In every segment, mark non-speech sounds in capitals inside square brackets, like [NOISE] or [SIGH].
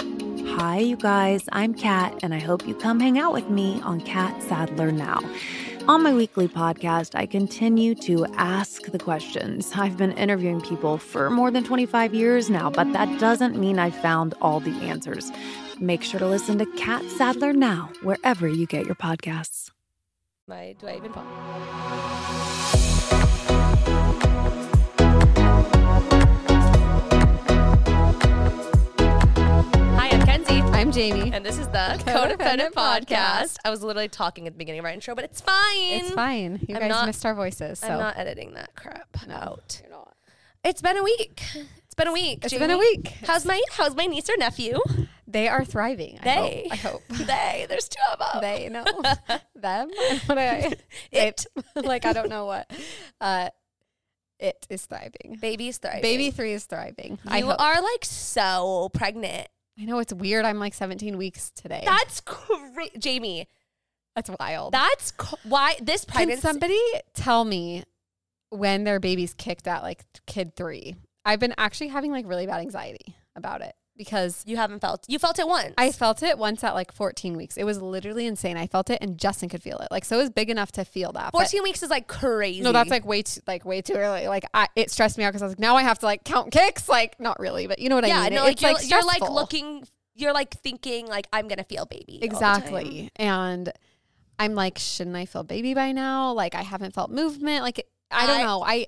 Hi, you guys. I'm Kat, and I hope you come hang out with me on Kat Sadler Now. On my weekly podcast, I continue to ask the questions. I've been interviewing people for more than 25 years now, but that doesn't mean I've found all the answers. Make sure to listen to Kat Sadler Now, wherever you get your podcasts. My, er do I even pop? Hi, I'm Kenzie. I'm Jamie. And this is the Codependent, Codependent Podcast. Podcast. I was literally talking at the beginning of our intro, but it's fine. It's fine. You I'm guys not- missed our voices. So I'm not editing that crap out. You're not. It's been a week. It's been a week. It's Jamie. been a week. How's my How's my niece or nephew? They are thriving. They. Oh. I hope. I hope. they. There's two of them. [LAUGHS] they [LAUGHS] know them. [LAUGHS] And what I, It. they- like I don't know what. Uh, it is thriving. Baby's thriving. Baby three is thriving. I you hope. are like so pregnant. I know it's weird. I'm like 17 weeks today. That's crazy, Jamie. That's wild. That's cr- why this Can pregnancy. somebody tell me when their baby's kicked at like kid three? I've been actually having like really bad anxiety about it because you haven't felt. You felt it once. I felt it once at like 14 weeks. It was literally insane. I felt it, and Justin could feel it. Like, so it was big enough to feel that. but- 14 weeks is like crazy. no, that's like way too, like way too early. Like, I, it stressed me out because I was like, now I have to like count kicks. Like, not really, but you know what yeah, I mean. no, like It- you're, you're like stressful. looking, you're like thinking, like I'm gonna feel baby. all the time. exactly, and I'm like, shouldn't I feel baby by now? Like, I haven't felt movement. Like, I don't I- know. I,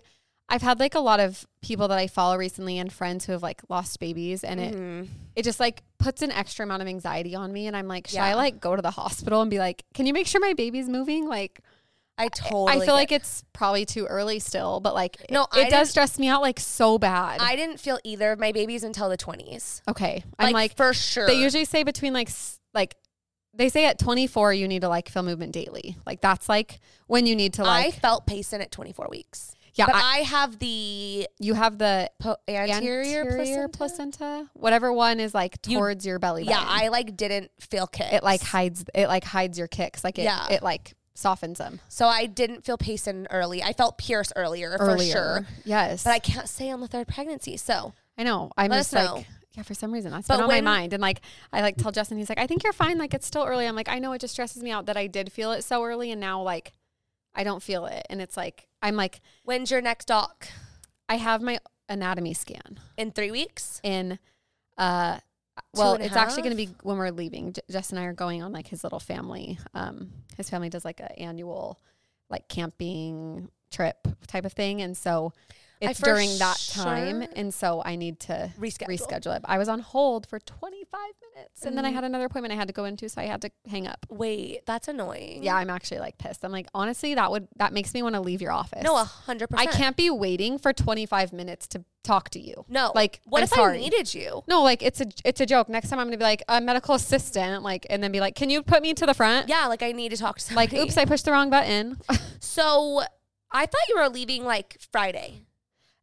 I've had like a lot of people that I follow recently and friends who have like lost babies, and it Mhm. it just like puts an extra amount of anxiety on me and i'm like should i Yeah. like go to the hospital and be like can you make sure my baby's moving like I totally. i get feel like it's probably too early still but like No, it, I it does didn't- stress me out like so bad I didn't feel either of my babies until the 20s. okay i'm like, for sure. they usually say between like s- like they say at 24 you need to like feel movement daily like that's like when you need to I like felt Payson at 24 weeks. yeah but I, I- have the you have the po- anterior, anterior, placenta? placenta. whatever one is like You- towards your belly Yeah, button. I like didn't feel kicks. it like hides it like hides your kicks like it Yeah. it like softens them so I didn't feel Payson early. I felt Pierce earlier, for earlier sure. yes But I can't say on the third pregnancy. So i know i'm Let just us like know. yeah for some reason that's But been on when- my mind and like i like tell justin he's like i think you're fine like it's still early i'm like i know it just stresses me out that i did feel it so early and now like i don't feel it and it's like i'm like when's your next doc? i have my anatomy scan In three weeks? in uh well, and a it's actually going to half? be when we're leaving. J- Justin and I are going on like his little family. Um, his family does like an annual, like camping trip type of thing, and so I it's for during that time. sure- And so I need to Reschedule. reschedule it. But I was on hold for 25 minutes, and then I Mm. had another appointment I had to go into, so I had to hang up. Wait, that's annoying. Yeah, I'm actually like pissed. I'm like, honestly, that would that makes me want to leave your office. No, a hundred I percent. can't be waiting for 25 minutes to talk to you. No. like, what I'm if sorry. I needed you? No, like it's a it's a joke. Next time I'm gonna be like a medical assistant, like, and then be like, can you put me to the front? Yeah, like I need to talk to Like, somebody. oops, I pushed the wrong button. So I thought you were leaving like Friday.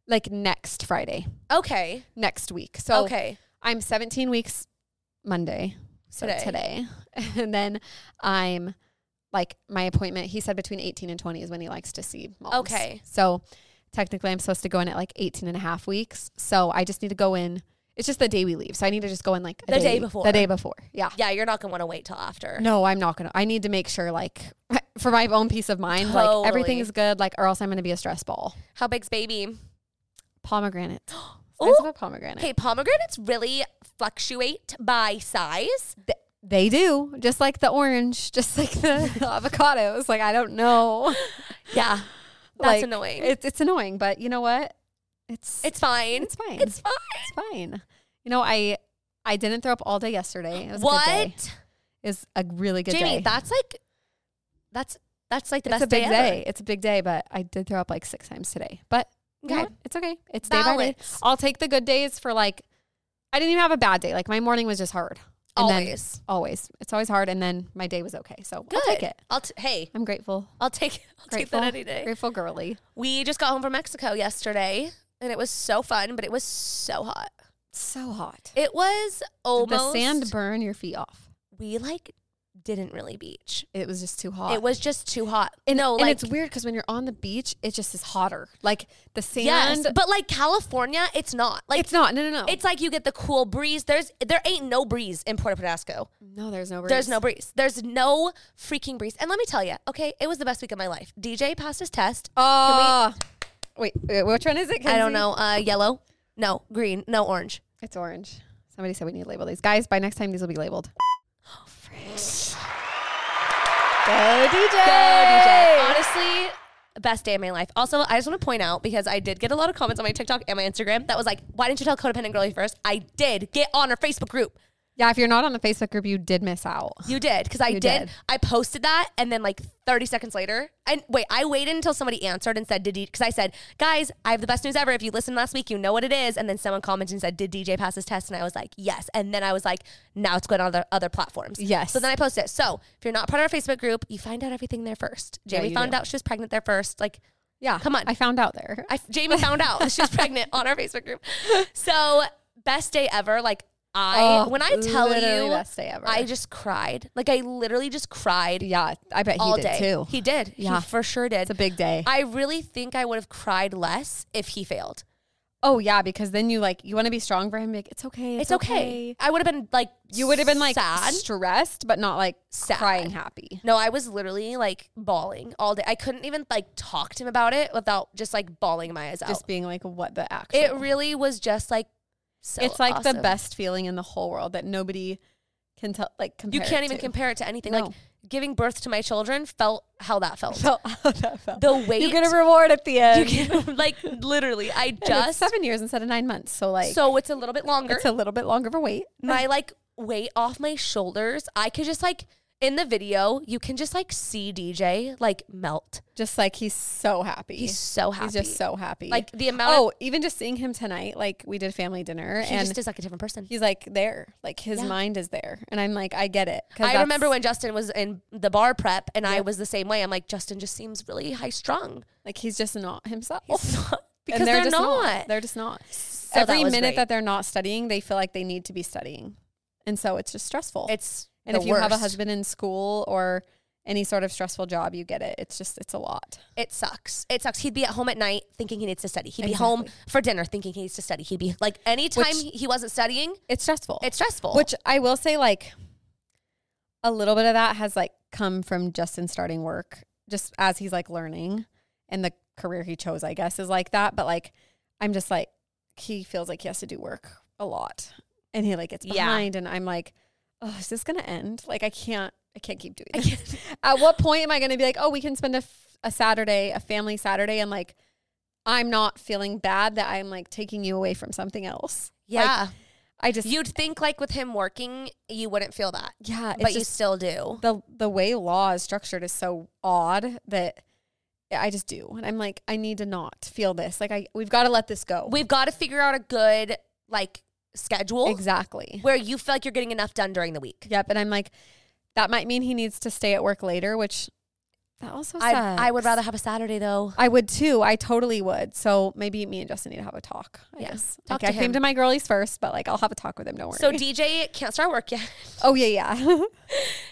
like next Friday, Okay. next week. So okay. I'm 17 weeks Monday, so Today. today, [LAUGHS] and then I'm like my appointment. He said between 18 and 20 is when he likes to see moms. Okay. so technically I'm supposed to go in at like 18 and a half weeks. So I just need to go in. It's just the day we leave, so I need to just go in like a The day before. The day before, yeah. Yeah, you're not gonna want to wait till after. No, I'm not gonna. I need to make sure, like, [LAUGHS] for my own peace of mind, Totally. like everything's good, like, or else I'm gonna be a stress ball. How big's baby? Pomegranate. [GASPS] Size Ooh. of a pomegranate. Okay, pomegranates really fluctuate by size. They do, just like the orange, [LAUGHS] just [LAUGHS] like the avocados. Like I don't know. Yeah, that's Like, annoying. It's, It's it's annoying, but you know what? It's it's fine. it's fine. It's fine. It's fine. You know, I I didn't throw up all day yesterday. It was what, a good day. It was a really good Jamie? day. That's like, that's that's like the it's best a big day. ever. It's a big day, but I did throw up like six times today. But you know Okay. what? it's okay. It's day by day. Balance I'll take the good days for like I didn't even have a bad day. Like my morning was just hard. And then- always. always. It's always hard and then my day was okay. So Good. I'll take it. I'll t- hey, I'm grateful. I'll take [LAUGHS] I'll Grateful. take that any day. Grateful girly. We just got home from Mexico yesterday, and it was so fun, but it was so hot. So hot. It was almost the sand burn your feet off. we like didn't really beach. It was just too hot. It was just too hot. And, no, and like it's weird because when you're on the beach, it just is hotter. Like the sand, yes, but like California, it's not. Like it's not. No, no, no. It's like you get the cool breeze. There's there ain't no breeze in Puerto Penasco. no. There's no. Breeze. There's no breeze. There's no freaking breeze. And let me tell you, okay, it was the best week of my life. DJ passed his test. Oh, wait, wait, Which one is it? I don't Kenzie? know. Uh, yellow? No, green? No, orange. It's orange. Somebody said we need to label these guys. By next time, these will be labeled. Go [GASPS] DJ. Go DJ. Honestly, best day of my life. Also, I just want to point out because I did get a lot of comments on my TikTok and my Instagram that was like, "Why didn't you tell codependent girlie first? I did. Get on her Facebook group. Yeah, if you're not on the Facebook group, you did miss out. You did because I You did. did. I posted that, and then like 30 seconds later, and wait, I waited until somebody answered and said, "Did because I said, guys, I have the best news ever. If you listened last week, you know what it is." And then someone commented and said, "Did DJ pass his test?" And I was like, "Yes." And then I was like, "Now it's going on other other platforms." Yes. So then I posted it. So if you're not part of our Facebook group, you find out everything there first. Jamie you found do. out she was pregnant there first. Like Yeah, Come on. I found out there. I, Jamie found out that she [LAUGHS] was pregnant on our Facebook group. So best day ever. Like I, Oh, when I tell literally you, best day ever. I just cried. Like I literally just cried yeah, I bet he all did day. too. He did. Yeah. He for sure did. it's a big day. I really think I would have cried less if he failed. oh yeah, because then you like you want to be strong for him. Like it's okay. It's, It's okay. I would have been like You would have been like sad. stressed, but not like Sad. crying happy. No, I was literally like bawling all day. I couldn't even like talk to him about it without just like bawling my eyes out. Just being like, what the actual? it really was just like so it's like the awesome. best feeling in the whole world that nobody can tell. Like compare You it can't even to. compare it to anything. No. Like giving birth to my children felt how that felt. [LAUGHS] So how that felt. The weight you get a reward at the you end. get- [LAUGHS] like literally, I And it's just seven years instead of nine months. So like, so it's a little bit longer. it's a little bit longer of a wait. my like weight off my shoulders. I could just like in the video, you can just like see DJ like melt. Just like he's so happy. He's so happy. He's just so happy. like the amount. oh, even just seeing him tonight. Like we did family dinner, of, he and just is like a different person. he's like there. Like his Yeah. mind is there, and I'm like, I get it. 'cause I that's- remember when Justin was in the bar prep, and I was the same way. I'm like, Justin just seems really high strung. [LAUGHS] like he's just not himself. because [LAUGHS] and they're, just not. They're just not. So that Every was minute great. that they're not studying, they feel like they need to be studying. And so it's just stressful. it's and the if you have a worst. husband in school or any sort of stressful job, you get it. It's just, it's a lot. It sucks. It sucks. He'd be at home at night thinking he needs to study. He'd be home for dinner thinking he needs to study. He'd be like, anytime Which- he wasn't studying, It's stressful. it's stressful. Which I will say, like, a little bit of that has like come from Justin starting work just as he's like learning and the career he chose, I guess, is like that. But like, I'm just like, he feels like he has to do work a lot and he like gets Yeah. behind. And I'm like, oh, is this going to end? Like, I can't, I can't keep doing this. At what point am I going to be like, oh, we can spend a, f- a Saturday, a family Saturday, and like, I'm not feeling bad that I'm like taking you away from something else. [LAUGHS] [LAUGHS] yeah. I just, You'd think like with him working, you wouldn't feel that, yeah, it's but you just- still do. the the way law is structured is so odd that I just do, and I'm like, I need to not feel this. Like I, we've got to let this go. We've got to figure out a good like schedule exactly. where you feel like you're getting enough done during the week. Yep. And I'm like, that might mean he needs to stay at work later, which that also. I, sucks. I would rather have a Saturday though. I would too. I totally would. So maybe me and Justin need to have a talk. I Yeah. guess. Talk like to I came him. to my girlies first, but like I'll have a talk with him. Don't worry. So DJ can't start work yet. [LAUGHS] oh yeah, yeah.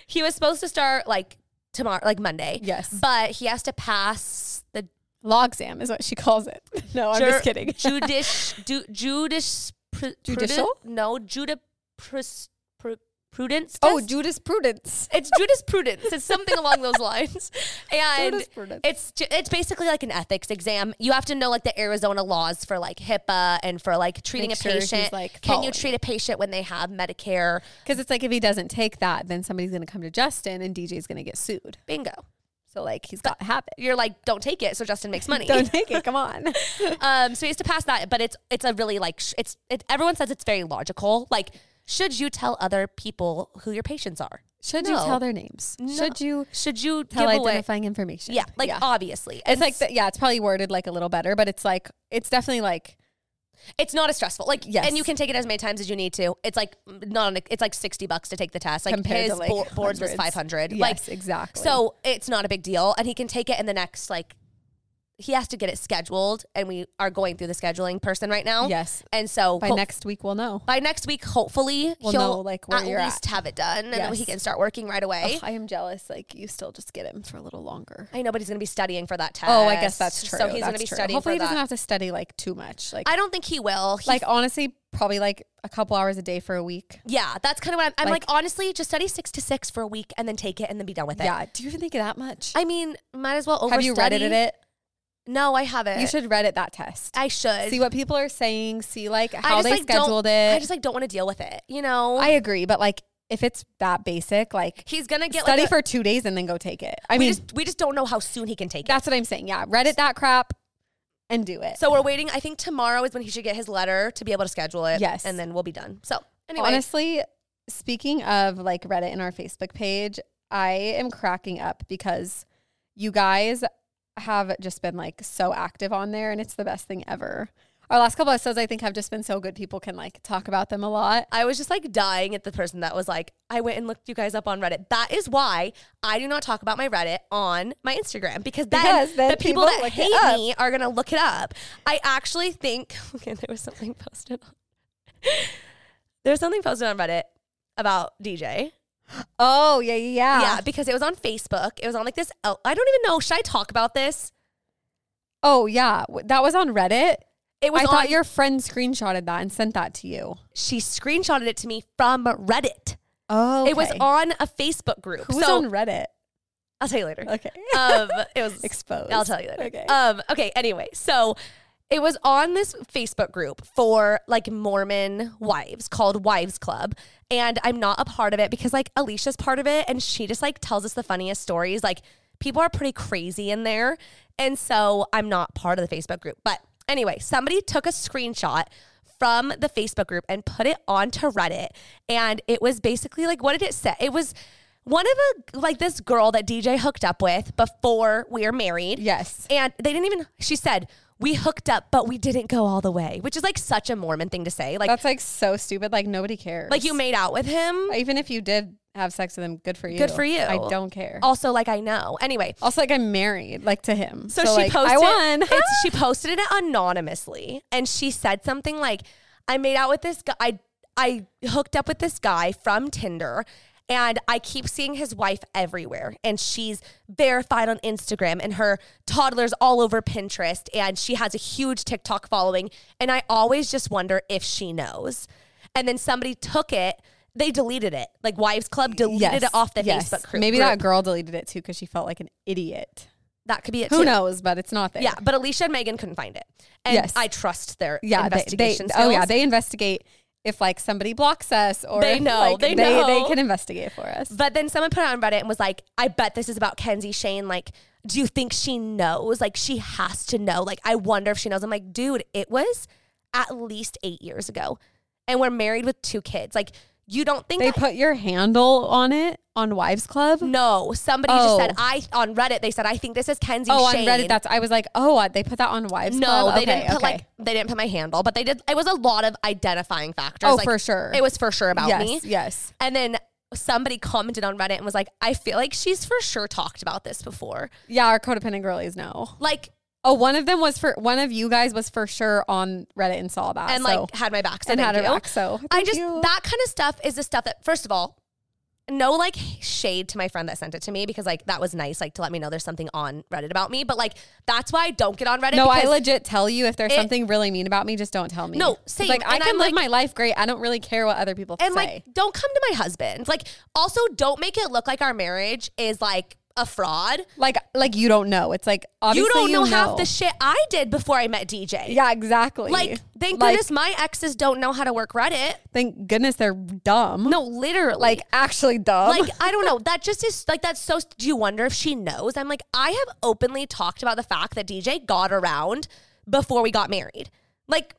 He was supposed to start like tomorrow, like Monday. Yes. But he has to pass the Law exam is what she calls it. [LAUGHS] No, Oh, I'm just kidding. [LAUGHS] Judish, ju- judish, pr- Judicial? prudent- no, juda, pris, pr- prudence. oh, test? jurisprudence. it's jurisprudence. It's something along those [LAUGHS] lines, and Jurisprudence. it's ju- it's basically like an ethics exam. You have to know like the Arizona laws for like HIPAA and for like treating Make a sure he's, patient. like, Can you following treat a patient when they have Medicare? Because it's like if he doesn't take that, then somebody's going to come to Justin and DJ's going to get sued. Bingo. So like he's got habit. You're like, don't take it, so Justin makes money. [LAUGHS] Don't take it. Come on. [LAUGHS] [LAUGHS] Um, so he has to pass that, but it's it's a really like sh- it's it, everyone says it's very logical. Like, should you tell other people who your patients are? Should you No. tell their names? Should you Should you tell give away? identifying information? Yeah, like obviously, uh, it's like the, yeah, it's probably worded like a little better, but it's like it's definitely like it's not as stressful. Like, Yes. and you can take it as many times as you need to. It's like not on a, it's like sixty bucks to take the test. Like compared his to like bo- boards was hundreds. five hundred. like Yes, exactly. so, it's not a big deal, and he can take it in the next like he has to get it scheduled, and we are going through the scheduling person right now. Yes. And so By ho- next week, we'll know. by next week, hopefully, We'll he'll know, like, where at you're least at. have it done, and then he Yes. can start working right away. Ugh, I am jealous. Like you still just get him for a little longer. I know, but he's going to be studying for that test. Oh, I guess that's true. So he's going going to be studying Hopefully, for he doesn't that. have to study like too much. Like I don't think he will. He, like honestly, probably like a couple hours a day for a week. yeah, that's kind of what I'm, I'm like, Like- Honestly, just study six to six for a week and then take it and then be done with it. Yeah. Do you even think of that much? I mean, might as well overstudy. Have you reddited it? No, I haven't. You should Reddit that test. I should. See what people are saying. See like I how just they like don't- scheduled I it. just like don't want to deal with it. You know, I agree, but like if it's that basic, like he's gonna get study like a- for two days and then go take it. I we mean, just we just don't know how soon he can take it. that's what I'm saying. Yeah, Reddit that crap and do it. So we're waiting. I think tomorrow is when he should get his letter to be able to schedule it. Yes. and then we'll be done. So anyway, Honestly, speaking of like Reddit and our Facebook page, I am cracking up because you guys have just been like so active on there and it's the best thing ever. Our last couple episodes, I think, have just been so good. People can like talk about them a lot. I was just like dying at the person that was like, I went and looked you guys up on Reddit. That is why I do not talk about my Reddit on my Instagram because then, Because then the people, people that look it hate up. me are gonna look it up. I actually think [LAUGHS] okay, there was something posted. on [LAUGHS] There's something posted on Reddit about DJ. Oh, yeah, yeah, Yeah, because it was on Facebook. It was on like this. el- I don't even know. Should I talk about this? Oh, yeah. W- That was on Reddit. It was. I on, thought your friend screenshotted that and sent that to you. She screenshotted it to me from Reddit. Oh, It was on a Facebook group. Who's so on Reddit? I'll tell you later. Okay. um, it was [LAUGHS] Exposed. I'll tell you later. Okay. Um, okay. Anyway, so it was on this Facebook group for like Mormon wives called Wives Club, and I'm not a part of it because like Alicia's part of it, and she just like tells us the funniest stories. Like people are pretty crazy in there, and so I'm not part of the Facebook group. But anyway, somebody took a screenshot. From the Facebook group and put it onto Reddit. And it was basically like, what did it say? It was one of a, like this girl that DJ hooked up with before we were married. Yes. And they didn't even, she said, we hooked up, but we didn't go all the way, which is like such a Mormon thing to say. Like, That's like so stupid. Like nobody cares. like you made out with him. Even if you did have sex with him, good for you. Good for you. I don't care. also, like, I know. Anyway, Also, like I'm married, like to him. so, she like, posted I [LAUGHS] won. it's, she posted it anonymously and she said something like, I made out with this guy. I, I hooked up with this guy from Tinder and I keep seeing his wife everywhere and she's verified on Instagram and her toddler's all over Pinterest and she has a huge TikTok following and I always just wonder if she knows. And then somebody took it, they deleted it. Like Wives Club deleted it off the yes. Facebook group. Maybe that group. girl deleted it too because she felt like an idiot. that could be it Who too. knows? But it's not there. Yeah, but Alicia and Megan couldn't find it. And Yes. I trust their yeah. They, they, investigation skills. oh yeah, they investigate if like somebody blocks us or They if, know, like, they They know. can investigate for us. but then someone put it on Reddit and was like, I bet this is about Kenzie Shane. Like, do you think she knows? Like, she has to know. Like, I wonder if she knows. I'm like, dude, it was at least eight years ago. And we're married with two kids. Like, you don't think they I- put your handle on it on Wives Club. no, somebody just Oh. said I on Reddit. They said I think this is Kenzie. Oh, Shane. on Reddit. That's I was like, oh, uh, they put that on Wives No, Club. they Okay, didn't put okay. like they didn't put my handle, but they did. It was a lot of identifying factors. Oh, Like, for sure. It was for sure about yes, me. yes. And then somebody commented on Reddit and was like, I feel like she's for sure talked about this before. Yeah, our codependent girlies know. Like, Oh, one of them was for one of you guys was for sure on Reddit and saw that. and so- like had my back. So and thank had her you. back. So I thank just, you. that kind of stuff is the stuff that, first of all, no like shade to my friend that sent it to me because like that was nice, like to let me know there's something on Reddit about me. But like, that's why I don't get on Reddit. no, I because- legit tell you if there's it- something really mean about me, just don't tell me. No, 'Cause, same. Like I And can I'm live like- my life great. I don't really care what other people and say. like don't come to my husband. Like, also don't make it look like our marriage is like a fraud. like like you don't know. It's like obviously you don't know, know. half the shit I did before I met DJ. yeah, exactly. Like, thank Like, goodness my exes don't know how to work Reddit. Thank goodness they're dumb. No, literally. like actually dumb. [LAUGHS] like I don't know. That just is like that's so. Do you wonder if she knows? I'm like, I have openly talked about the fact that DJ got around before we got married. Like,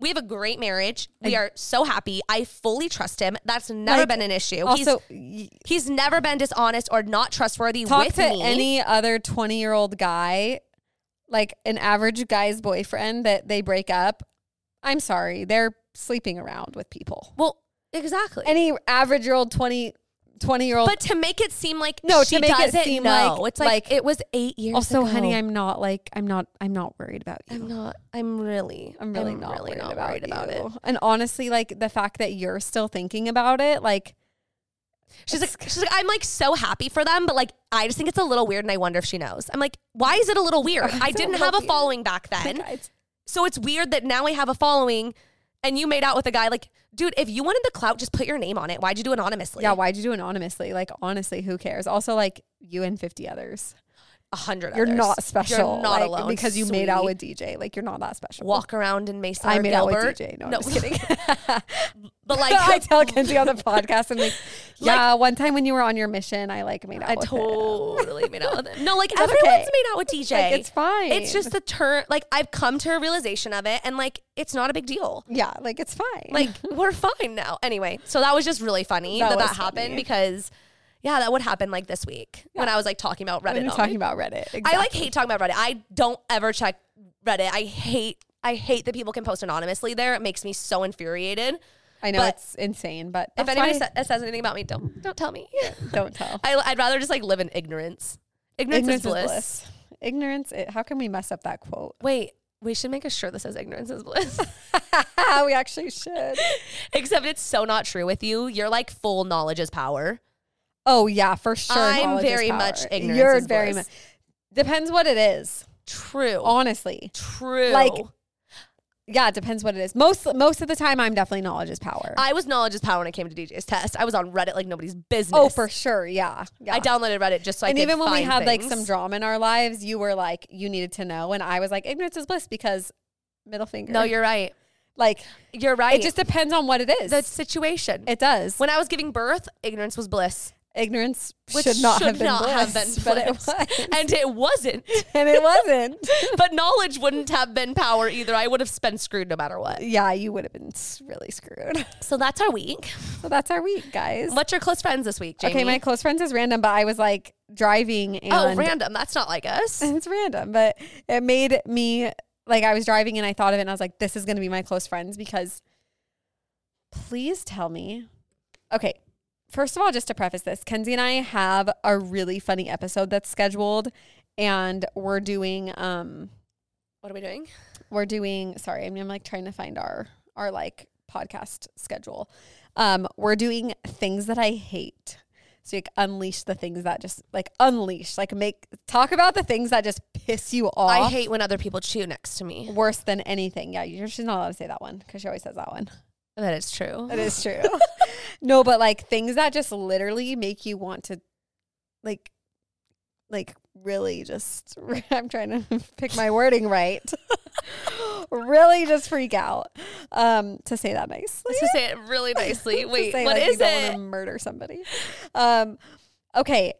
we have a great marriage. We are so happy. I fully trust him. That's never Like, been an issue. also, he's, he's never been dishonest or not trustworthy talk with to me. any other 20 year old guy like an average guy's boyfriend that they break up i'm sorry they're sleeping around with people well, exactly. any average year old 20 20 year old. But to make it seem like No, she to make it doesn't seem know. like- it's like, like- it was eight years. Also, ago. honey, I'm not like, I'm not, I'm not worried about you. "Oh." I'm not. I'm really. I'm really not really worried not about, worried about it. you. And honestly, like the fact that you're still thinking about it, like She's like, she's like, I'm like so happy for them, but like, I just think it's a little weird, and I wonder if she knows. I'm like, why is it a [LAUGHS] little weird? I didn't little have a weird. following back then, like, it's- so it's weird that now I have a following, and you made out with a guy. Like, dude, if you wanted the clout, just put your name on it. Why'd you do anonymously? yeah, why'd you do anonymously? Like, honestly, who cares? Also, like you and 50 others. a hundred. You're others. not special. You're not like, alone Because you made out sweetie. with DJ. Like, you're not that special. walk around in Mesa. I or made Gilbert. out with DJ. No, I'm just kidding. [LAUGHS] but like, [LAUGHS] [LAUGHS] I tell Kenzie on [LAUGHS] the podcast, I'm like, yeah, one time when you were on your mission, I like made out I with him. totally made out with him. No, like [LAUGHS] That's everyone's okay. made out with DJ. Like, it's fine. It's just the turn. Like I've come to a realization of it, and like it's not a big deal. yeah, like it's fine. [LAUGHS] Like we're fine now. Anyway, so that was just really funny that That that, was happened funny. because, yeah, that would happen like this week when I was like talking about Reddit. when you're on- talking about Reddit, exactly. I like hate talking about Reddit. I don't ever check Reddit. I hate. I hate that people can post anonymously there. It makes me so infuriated. I know but- it's insane, but If that's anybody why- sa- says anything about me, don't don't tell me. don't [LAUGHS] tell. [LAUGHS] I, I'd rather just like live in ignorance. Ignorance, is, bliss. Ignorance. It, how can we mess up [LAUGHS] that quote? Wait, we should make a shirt that says ignorance is bliss. [LAUGHS] we actually should. Except it's so not true with you. You're like full knowledge is power. Oh yeah, for sure. I'm knowledge is very power. much ignorance You're is very bliss. much. Depends what it is. True. Honestly, true. like yeah, it depends what it is. Most most of the time, I'm definitely knowledge is power. I was knowledge is power when it came to DJ's test. I was on Reddit like nobody's business. oh, for sure. Yeah, yeah. I downloaded Reddit just so I and could even when we find had like some things. drama in our lives, you were like, you needed to know, and I was like, ignorance is bliss because middle finger. No, you're right. like, You're right. it just depends on what it is. the situation. it does. when I was giving birth, ignorance was bliss. ignorance Which should not, have, been not have bliss, been [LAUGHS] but it bliss. was, [LAUGHS] And it wasn't. and it wasn't. but knowledge wouldn't have been power either. I would have been screwed no matter what. yeah, you would have been s- really screwed. [LAUGHS] So that's our week. So that's our week, guys. What's your close friends this week, Jamie? Okay, my close friends is random, but I was like driving and Oh, random. That's not like us. [LAUGHS] it's random, but it made me like I was driving and I thought of it and I was like, this is gonna be my close friends because please tell me. Okay. First of all, just to preface this, Kenzie and I have a really funny episode that's scheduled and we're doing um What are we doing? we're doing sorry I mean, i'm like trying to find our our like podcast schedule um we're doing things that i hate so you like, unleash the things that just like unleash like make talk about the things that just piss you off I hate when other people chew next to me. worse than anything yeah you're, she's not allowed to say that one because she always says that one That is [LAUGHS] true. that is true [LAUGHS] no but like things that just literally make you want to like like really just [LAUGHS] i'm trying to [LAUGHS] pick my wording right [LAUGHS] really just freak out um to say that nicely Let's just say it really nicely. [LAUGHS] To Wait, say, what like, is you don't want it? to murder somebody um okay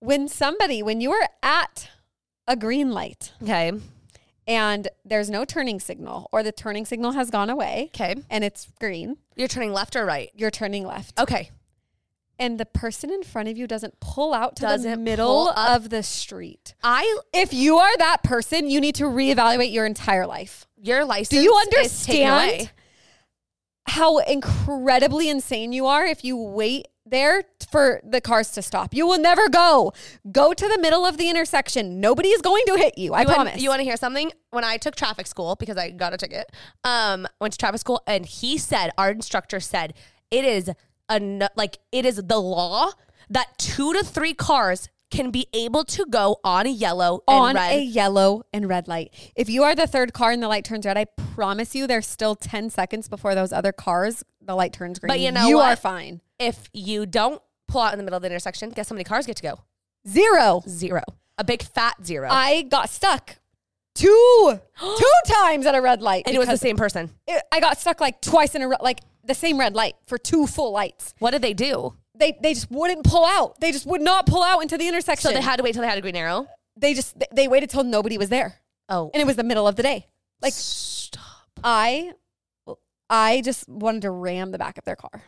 when somebody when you are at a green light Okay. and there's no turning signal or the turning signal has gone away Okay. and it's green You're turning left or right? you're turning left Okay. and the person in front of you doesn't pull out to the Doesn't middle pull up. of the street. I If you are that person, you need to reevaluate your entire life. your license. Do you is taken understand away. how incredibly insane you are if you wait there for the cars to stop? You will never go. Go to the middle of the intersection. Nobody is going to hit you. I You wanna- promise. you want to hear something? When I took traffic school because I got a ticket, um, went to traffic school, and he said our instructor said it is a no- like it is the law that two to three cars can be able to go on a yellow and on red. a yellow and red light. If you are the third car and the light turns red, I promise you there's still 10 seconds before those other cars, the light turns green. But you know you what? are fine. if you don't pull out in the middle of the intersection, guess how many cars get to go? Zero. Zero. A big fat zero. I got stuck [GASPS] two two times at a red light. and it was the because same person. it- I got stuck like twice in a re- like the same red light for two full lights. What did they do? They they just wouldn't pull out. They just would not pull out into the intersection. So they had to wait till they had a green arrow. they just they- they waited till nobody was there, Oh, and it was the middle of the day. Like stop! I I just wanted to ram the back of their car.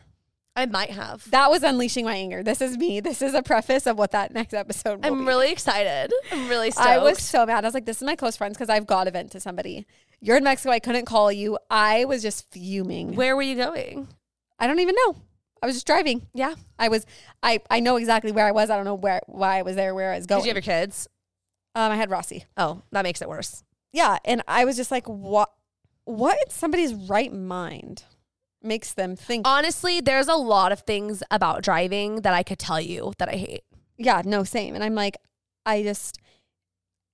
I might have. That was unleashing my anger. This is me. This is a preface of what that next episode will be. I'm really excited. I'm [LAUGHS] really stoked. I was so mad. I was like, this is my close friends because I've got to vent to somebody. You're in Mexico. I couldn't call you. I was just fuming. Where were you going? I don't even know. I was just driving. Yeah. I was I I know exactly where I was. I don't know where why I was there, where I was going. Did you have your kids? um, I had Rossi. Oh, that makes it worse. Yeah, and I was just like, what? What in somebody's right mind makes them think? Honestly, there's a lot of things about driving that I could tell you that I hate. yeah, no, same. And I'm like, I just,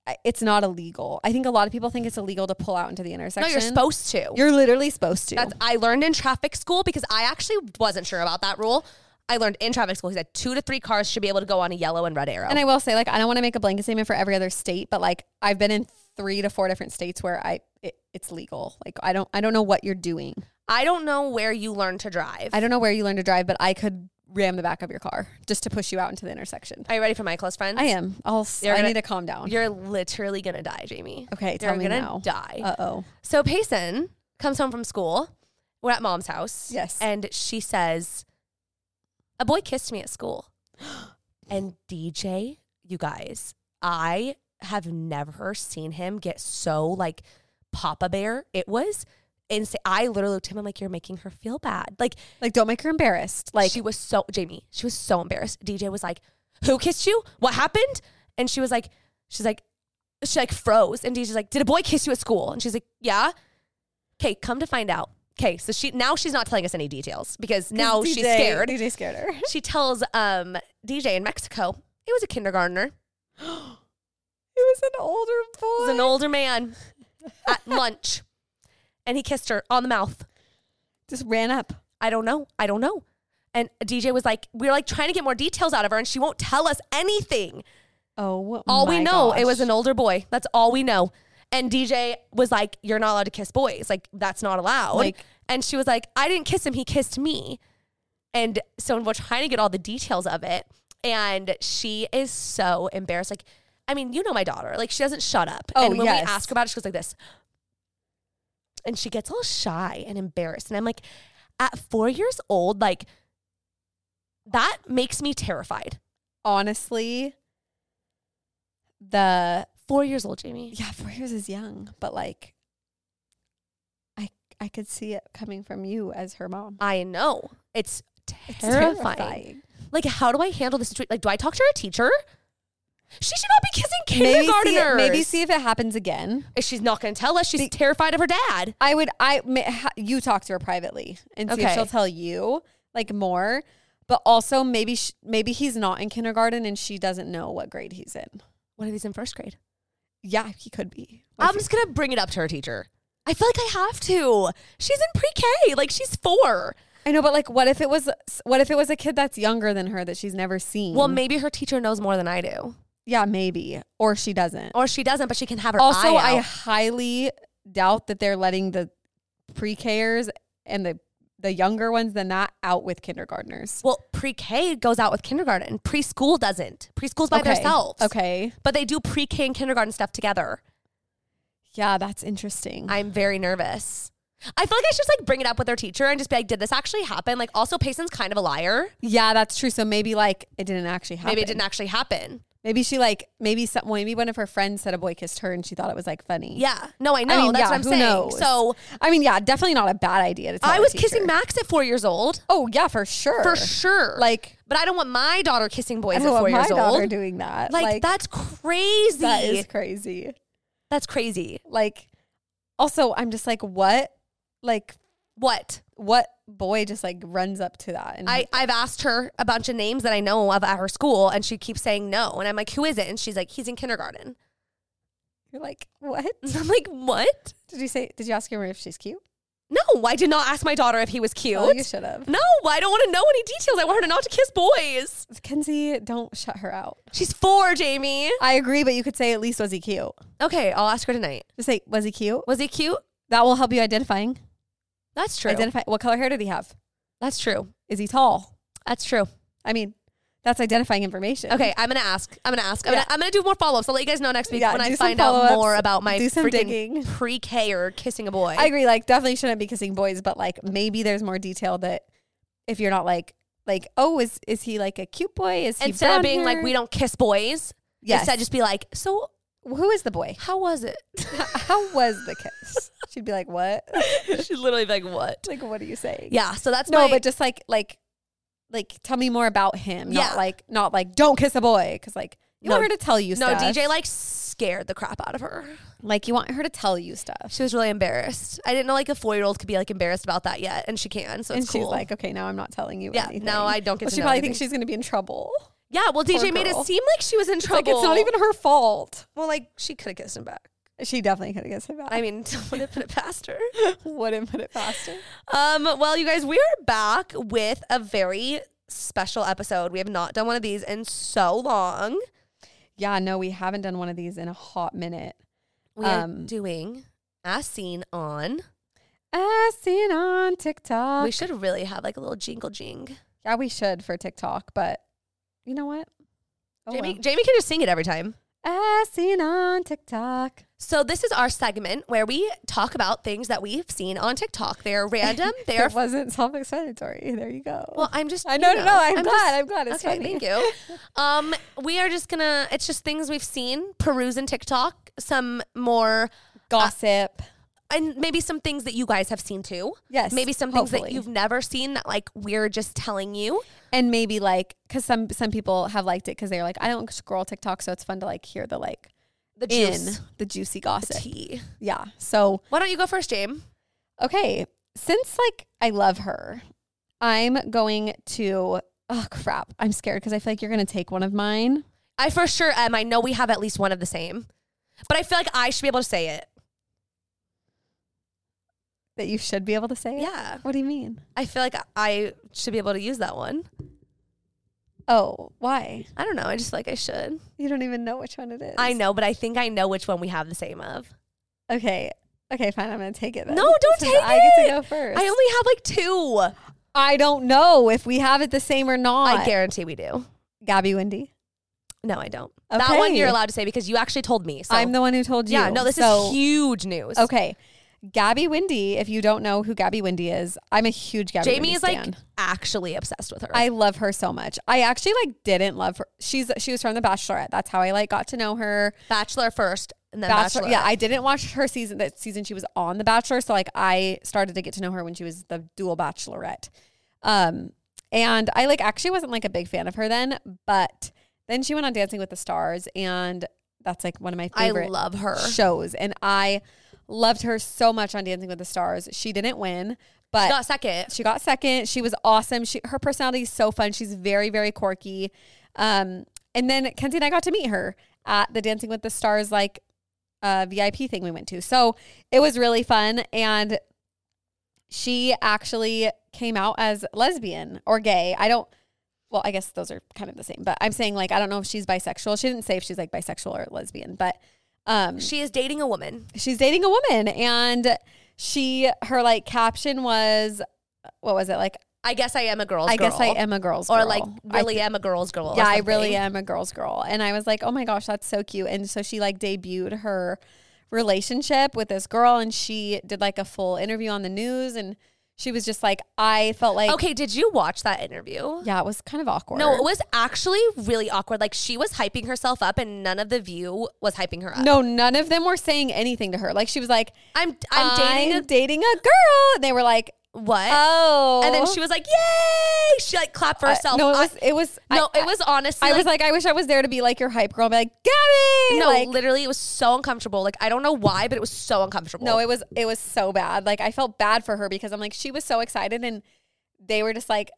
I- it's not illegal. I think a lot of people think it's illegal to pull out into the intersection. No, you're supposed to. You're literally supposed to. That's I learned in traffic school because I actually wasn't sure about that rule. I learned in traffic school. He said two to three cars should be able to go on a yellow and red arrow. and I will say, like, I don't want to make a blanket statement for every other state, but like, I've been in three to four different states where I it, it's legal. Like, I don't, I don't know what you're doing. I don't know where you learn to drive. I don't know where you learn to drive, but I could ram the back of your car just to push you out into the intersection. Are you ready for my close friends? I am. I'll. s- You're I gonna- need to calm down. You're literally gonna die, Jamie. Okay, You're tell me gonna now. die. Uh oh. so Payson comes home from school. We're at mom's house. Yes. And she says, A boy kissed me at school. and DJ, you guys, I have never seen him get so like Papa Bear. It was insane. I literally looked at him, I'm like, You're making her feel bad. Like, Like, don't make her embarrassed. like Like, she was so Jamie, she was so embarrassed. DJ was like, "Who kissed you? What happened?" And she was like, she's like she like froze and DJ's like, "Did a boy kiss you at school?" And she's like, "Yeah." Okay, come to find out. Okay, so she now she's not telling us any details because now [LAUGHS] she's DJ scared. [LAUGHS] DJ scared her. She tells um DJ in Mexico, it was a kindergartner. It was an older It boy. was an older man [LAUGHS] at lunch. And he kissed her on the mouth. just ran up. I don't know. I don't know. And DJ was like, we are like trying to get more details out of her, and she won't tell us anything. Oh, All we know, it was an older boy. That's all we know. And DJ was like, You're not allowed to kiss boys. Like, that's not allowed. Like- and she was like, I didn't kiss him. He kissed me. And so we're trying to get all the details of it. And she is so embarrassed. Like, I mean, you know my daughter. Like, she doesn't shut up. Oh, and when yes. we ask about it, she goes like this. And she gets all shy and embarrassed. And I'm like, At four years old, like, that makes me terrified. honestly the Four years old, Jamie. yeah four years is young, but like I I could see it coming from you as her mom. I know. It's It's terrifying. Like, how do I handle this situation? Like, do I talk to her teacher? She should not be kissing Maybe see, kindergartners. it- maybe see if it happens again. If She's not going to tell us. She's terrified of her dad. I would I ma- ha- you talk to her privately and see if Okay. she'll tell you like more. But also maybe sh- maybe he's not in kindergarten and she doesn't know what grade he's in. What if he's in first grade? Yeah, he could be. What if I'm just going to bring it up to her teacher. I feel like I have to. She's in pre-K. Like, she's four. I know, but like, what if it was what if it was a kid that's younger than her that she's never seen? Well, maybe her teacher knows more than I do. yeah, maybe, or she doesn't. Or she doesn't, but she can have her also, eye I out. highly doubt that they're letting the pre-Kers and the the younger ones than that out with kindergartners Well, pre-K goes out with kindergarten. Preschool doesn't. Preschool's by Okay. themselves. Okay, But they do pre-K and kindergarten stuff together. yeah, that's interesting. I'm very nervous. I feel like I should just like bring it up with their teacher and just be like, did this actually happen? Like, also, Payson's kind of a liar. yeah, that's true. So maybe like it didn't actually happen. Maybe it didn't actually happen. Maybe she like maybe some maybe one of her friends said a boy kissed her and she thought it was like funny. Yeah. No, I know. That's yeah, what I'm who saying. knows? So I mean, yeah, definitely not a bad idea to tell I a was teacher. kissing Max at four years old. Oh yeah, for sure. For sure. Like but I don't want my daughter kissing boys I at don't four want my years daughter old. doing that. Like, that's crazy. that is crazy. That's crazy. Like, also, I'm just like, what? Like, What? what boy just like runs up to that? And I, I've asked her a bunch of names that I know of at her school, and she keeps saying no. And I'm like, who is it? And she's like, he's in kindergarten. [LAUGHS] you're like, what? I'm like, what? Did you say? Did you ask her if she's cute? No, I did not ask my daughter if he was cute. Oh, you should have. No, I don't want to know any details. I want her to not to kiss boys. Kenzie, don't shut her out. She's four, Jamie. I agree, but you could say at least was he cute? Okay, I'll ask her tonight. Just say was he cute? Was he cute? That will help you identifying. That's true. Identify what color hair did he have? That's true. Is he tall? That's true. I mean, that's identifying information. Okay, I'm gonna ask. I'm gonna ask. I'm, Yeah. gonna, I'm gonna do more follow ups. I'll let you guys know next week Yeah, when do I some find out follow-ups. more about my Do some digging. freaking pre K or kissing a boy. I agree. Like, definitely shouldn't be kissing boys, but like maybe there's more detail that if you're not like, like, oh, is is he like a cute boy? Is he Instead brown of being like, hair? we don't kiss boys, Yes. instead just be like, so Who is the boy? how was [LAUGHS] it? [LAUGHS] How was the kiss? [LAUGHS] She'd be like, what? She'd literally be like, what? like, what are you saying? Yeah, so that's No, my, but just like, like, like tell me more about him. Yeah. Not like not like don't kiss a boy because like you want No. her to tell you No, stuff. DJ like scared the crap out of her. like you want her to tell you stuff. She was really embarrassed. I didn't know like a four year old could be like embarrassed about that yet, and she can. So it's and she's cool. like, okay, now I'm not telling you. Yeah, anything. now I don't get Well, to she know probably anything. thinks she's gonna be in trouble. yeah. Well, DJ Poor made it girl. seem like she was in trouble. Like it's not even her fault. Well, like she could have kissed him back. She definitely could have guessed it back. I [LAUGHS] mean, [LAUGHS] would have put it past her. wouldn't put it past her. Um, well, you guys, we are back with a very special episode. We have not done one of these in so long. Yeah, no, we haven't done one of these in a hot minute. We are Um, doing as seen on. As seen on TikTok. We should really have like a little jingle jing. yeah, we should for TikTok, but you know what? Oh, Jamie, Jamie can just sing it every time. well. As seen on TikTok. So this is our segment where we talk about things that we've seen on TikTok. They're random. [LAUGHS] They're It wasn't self-explanatory. There you go. well. I'm just. I know, you no, no, I'm, glad. just- I'm glad. It's okay, funny. thank you. [LAUGHS] Um, we are just gonna. It's just things we've seen, peruse in TikTok, some more, [LAUGHS] Gossip. and maybe some things that you guys have seen too. yes. Maybe some things that hopefully. you've never seen that like we're just telling you. and maybe like because some some people have liked it because they're like I don't scroll TikTok, so it's fun to like hear the like The in juice, the juicy the gossip. tea. yeah. So Why don't you go first, James? okay, since like I love her, I'm going to. Oh crap! I'm scared because I feel like you're gonna take one of mine. I for sure am. I know we have at least one of the same, but I feel like I should be able to say it. That you should be able to say. it? Yeah. What do you mean? I feel like I should be able to use that one. Oh, why? I don't know. I just feel like I should. You don't even know which one it is. I know, but I think I know which one we have the same of. Okay. Okay, fine. I'm gonna take it. Then. No, don't Since take I get it. to go first. I only have like two. I don't know if we have it the same or not. I guarantee we do. Gabby Wendy. No, I don't. That one Okay. you're allowed to say because you actually told me. So I'm the one who told you. yeah. No, this So- is huge news. Okay. Gabby Windy, if you don't know who Gabby Windy is, I'm a huge Gabby Jamie Windy is like stan. actually obsessed with her. I love her so much. I actually like didn't love her. She's she was from The Bachelorette. That's how I like got to know her. Bachelor first, and then Bachelor, Bachelor. yeah, I didn't watch her season that season she was on The Bachelor, so like I started to get to know her when she was the dual Bachelorette. Um, and I like actually wasn't like a big fan of her then, but then she went on Dancing with the Stars, and that's like one of my I favorite love her. shows. And I loved her so much on Dancing with the Stars. She didn't win, but Got second. she got second. She was awesome. She her personality is so fun. She's very very quirky. Um, and then Kenzie and I got to meet her at the Dancing with the Stars like uh, VIP thing we went to. So it was really fun. And she actually came out as lesbian or gay. I don't. Well, I guess those are kind of the same. But I'm saying like I don't know if she's bisexual. She didn't say if she's like bisexual or lesbian, but um, She is dating a woman. she's dating a woman and she her like caption was what was it like I guess I am a girl's i girl. guess i am a girl's Or girl like I- really am a girl's girl. or yeah i something. really am a girl's girl and i was like oh my gosh that's so cute and so she like debuted her relationship with this girl and she did like a full interview on the news and she was just like i felt like Okay, did you watch that interview? yeah it was kind of awkward No, it was actually really awkward. Like she was hyping herself up, and none of the view was hyping her up. no none of them were saying anything to her like she was like I'm I'm dating a, dating a girl and they were like what? oh and then she was like, "Yay!" She like clapped for Uh, herself. no it I- was it was no, I- it was honestly. I was like, I wish I was there to be like your hype girl and be like, Gabby. no, Like, literally, it was so uncomfortable. Like I don't know why, but it was so uncomfortable. no, it was it was so bad. Like I felt bad for her because I'm like, she was so excited and they were just like,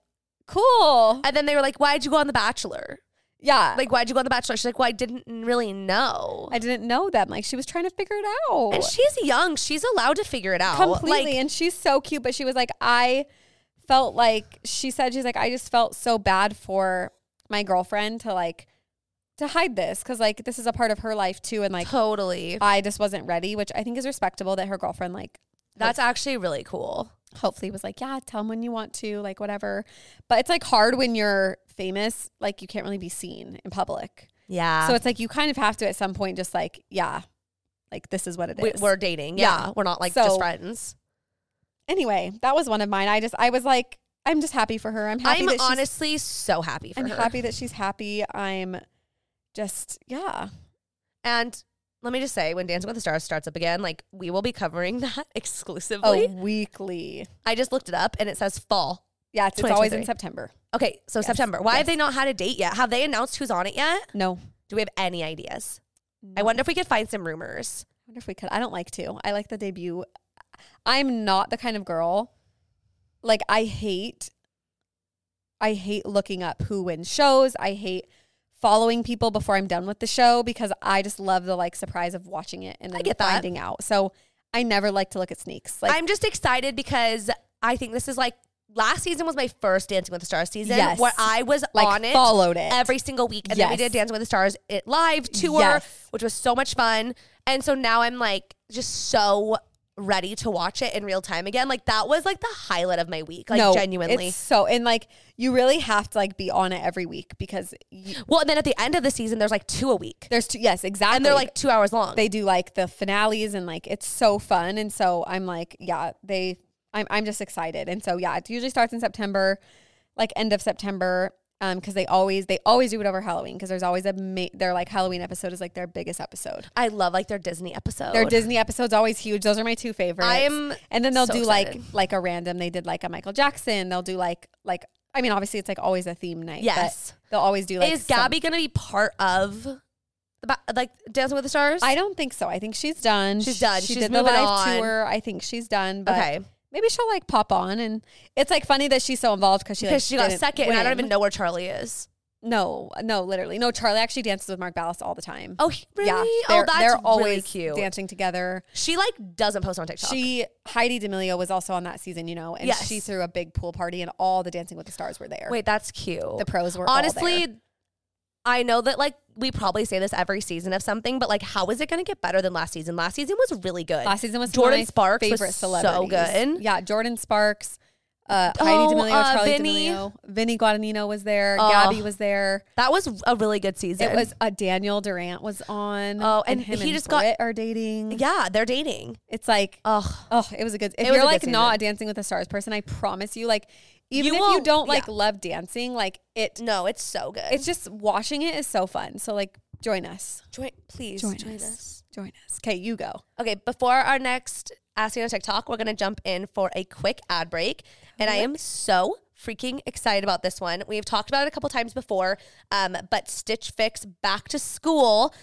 Cool. and then they were like, "Why'd you go on The Bachelor? yeah. Like Like, why'd you go on The Bachelor?" She's like, "Well, I didn't really know." I didn't know them. Like she was trying to figure it out. and she's young; she's allowed to figure it out. completely. Like, and she's so cute, but she was like, I felt like she said she's like, I just felt so bad for my girlfriend to like to hide this because like this is a part of her life too and like totally. I just wasn't ready, which I think is respectable that her girlfriend like That's actually really cool. hopefully was like, yeah, tell them when you want to, like whatever. But it's like hard when you're famous, like you can't really be seen in public. Yeah. so So it's like you kind of have to at some point just like, yeah, like this is what it we, is. we're dating. Yeah. Yeah. We're not like So- just friends. anyway, that was one of mine. I just I was like, I'm just happy for her. I'm happy I'm that she's honestly so happy for I'm her. happy that she's happy. I'm just yeah. And let me just say, when Dancing with the Stars starts up again, like we will be covering [LAUGHS] that exclusively. Oh, weekly. I just looked it up and it says fall. Yeah, it's, it's always in 2023. September. Okay, so Yes, September. Why have yes. they not had a date yet? Have they announced who's on it yet? No. Do we have any ideas? I No. wonder if we could find some rumors. I wonder if we could. I don't like to. I like the debut. I'm not the kind of girl. Like I hate I hate looking up who wins shows. I hate following people before I'm done with the show because I just love the like surprise of watching it and then get that. finding out. So I never like to look at sneaks. Like I'm just excited because I think this is like last season was my first Dancing with the Stars season Yes. where I was like on it followed it. every single week. And then we Yes. did Dancing with the Stars it live tour, Yes. which was so much fun. And so now I'm like just so ready to watch it in real time again. Like that was like the highlight of my week. Like No, genuinely. it's so and like you really have to like be on it every week because you, Well, and then at the end of the season, there's like two a week. there's two yes exactly And they're like two hours long. they do like the finales and like it's so fun and so i'm like yeah they i'm, I'm just excited and so yeah it usually starts in september like end of september um because they always they always do it over halloween because there's always a ma- their like halloween episode is like their biggest episode I love like their Disney episode. their disney episode's always huge those are my two favorites I am and then they'll so do like excited. like a random they did like a michael jackson they'll do like like i mean obviously it's like always a theme night but Yes. they'll always do like is some- Gabby gonna be part of the ba- like Dancing with the Stars? I don't think so. I think she's done. She's She- done. She She's did the moving live on. tour. I think she's done. But okay maybe she'll like pop on, and it's like funny that she's so involved because she because like, she got didn't second, and I don't win. even know where Charlie is. No, no, literally, no. Charlie actually dances with Mark Ballas all the time. Oh he- really? Yeah, oh, they're, that's they're really always cute. dancing together. She like doesn't post on TikTok. She Heidi D'Amelio was also on that season, you know, and Yes. she threw a big pool party, and all the Dancing with the Stars were there. Wait, that's cute. the pros were all there. Honestly, I know that like we probably say this every season of something, but like how is it gonna get better than last season? Last season was really good. Last season was one of Jordan my Sparks was favorite celebrities. so good. Yeah, Jordan Sparks, uh, Oh, Heidi D'Amelio, uh, Charlie Vinny. D'Amelio, Vinny Guadagnino was there, Oh. Gabby was there. That was a really good season. It was uh, Daniel Durant was on. Oh, and he just got- Brit are dating. yeah, they're dating. it's like Ugh. oh, it was a good. If It was a you're good like not season. a Dancing with the Stars person, I promise you, like even You if you won't- don't like yeah. love dancing, like it, No, it's so good. it's just watching it is so fun. So like join us, join, please join, us. join us. Okay, you go. Okay, before our next Asking on TikTok, we're gonna jump in for a quick ad break, and I am so freaking excited about this one. We've talked about it a couple times before, um, but Stitch Fix back to school.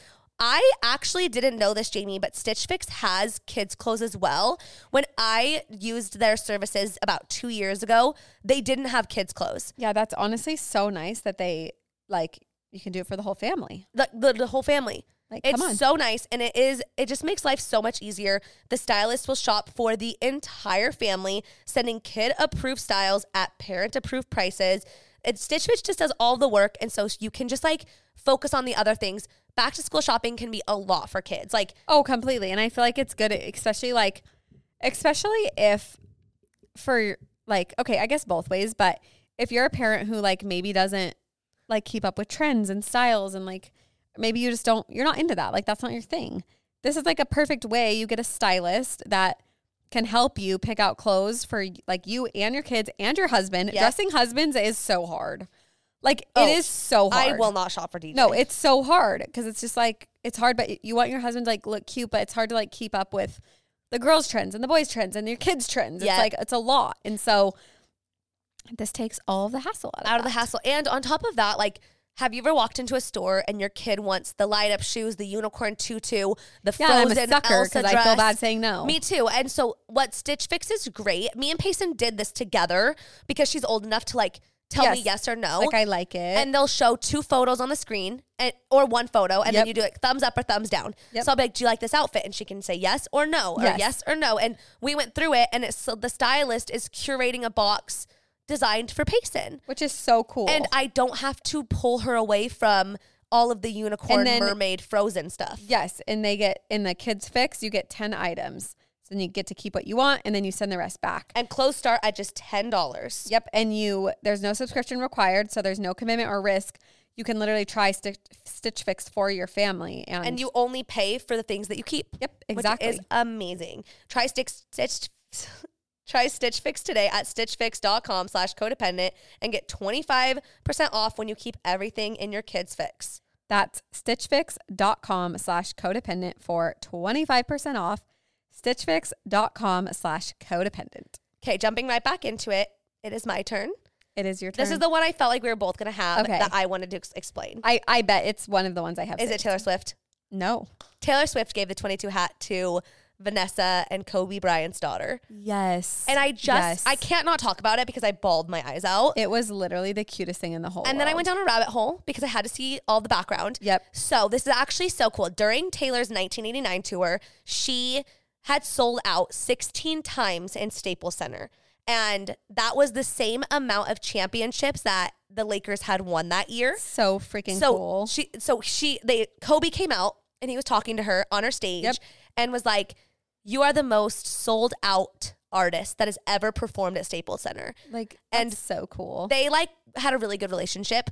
I actually didn't know this, Jamie, but Stitch Fix has kids' clothes as well. When I used their services about two years ago, they didn't have kids' clothes. Yeah, that's honestly so nice that they like you can do it for the whole family. the, the, the whole family. Like, it's come on. so nice and it is it just makes life so much easier. The stylist will shop for the entire family, sending kid approved styles at parent approved prices. And Stitch Fix just does all the work and so you can just like focus on the other things. Back to school shopping can be a lot for kids. Like Oh, completely. And I feel like it's good, especially like, especially if for like, okay, I guess both ways, but if you're a parent who like maybe doesn't like keep up with trends and styles and like maybe you just don't, you're not into that. Like, that's not your thing. This is like a perfect way you get a stylist that can help you pick out clothes for like you and your kids and your husband. Yes. Dressing husbands is so hard. Like, Oh, it is so hard. I will not shop for DJ. No, it's so hard because it's just like it's hard, but you want your husband to like look cute, but it's hard to like keep up with the girls' trends and the boys' trends and your kids' trends. Yeah. It's like it's a lot, and so this takes all of the hassle out of out of the that. hassle. And on top of that, like have you ever walked into a store and your kid wants the light up shoes, the unicorn tutu, the Yeah, and I'm frozen a sucker Elsa because dress? I feel bad saying no. Me too. And so what Stitch Fix is great. Me and Payson did this together because she's old enough to like tell me Yes. yes or no. like I like it. and they'll show two photos on the screen and, or one photo and Yep. then you do like thumbs up or thumbs down. Yep. So I'll be like, do you like this outfit? And she can say yes or no or Yes. yes, or no. And we went through it and it's so the stylist is curating a box designed for Payson. which is so cool. And I don't have to pull her away from all of the unicorn, And then- mermaid, frozen stuff. yes, and they get in the kids' fix, you get ten items. So then you get to keep what you want, and then you send the rest back. And clothes start at just ten dollars. Yep, and you there's no subscription required, so there's no commitment or risk. You can literally try Stitch, Stitch Fix for your family, and, and you only pay for the things that you keep. Yep, exactly. Which is amazing. Try Stitch Stitch [LAUGHS] try Stitch Fix today at stitchfix.com slash codependent and get 25% off when you keep everything in your kids fix. That's stitchfix.com slash codependent for 25% off. Stitchfix.com slash codependent. Okay, jumping right back into it. It is my turn. It is your turn. This is the one I felt like we were both gonna have Okay. that I wanted to ex- explain. I, I bet it's one of the ones I have. Is it saved. Taylor Swift? No. Taylor Swift gave the 22 hat to Vanessa and Kobe Bryant's daughter. Yes. And I just, Yes. I can't not talk about it because I bawled my eyes out. It was literally the cutest thing in the whole. and then I went down a rabbit hole because I had to see all the background. Yep. So this is actually so cool. During Taylor's 1989 tour, she had sold out 16 times in Staples Center. And that was the same amount of championships that the Lakers had won that year. So freaking so cool. she so she they Kobe came out and he was talking to her on her stage Yep. and was like, You are the most sold out artist that has ever performed at Staples Center. like and and so cool. They like had a really good relationship.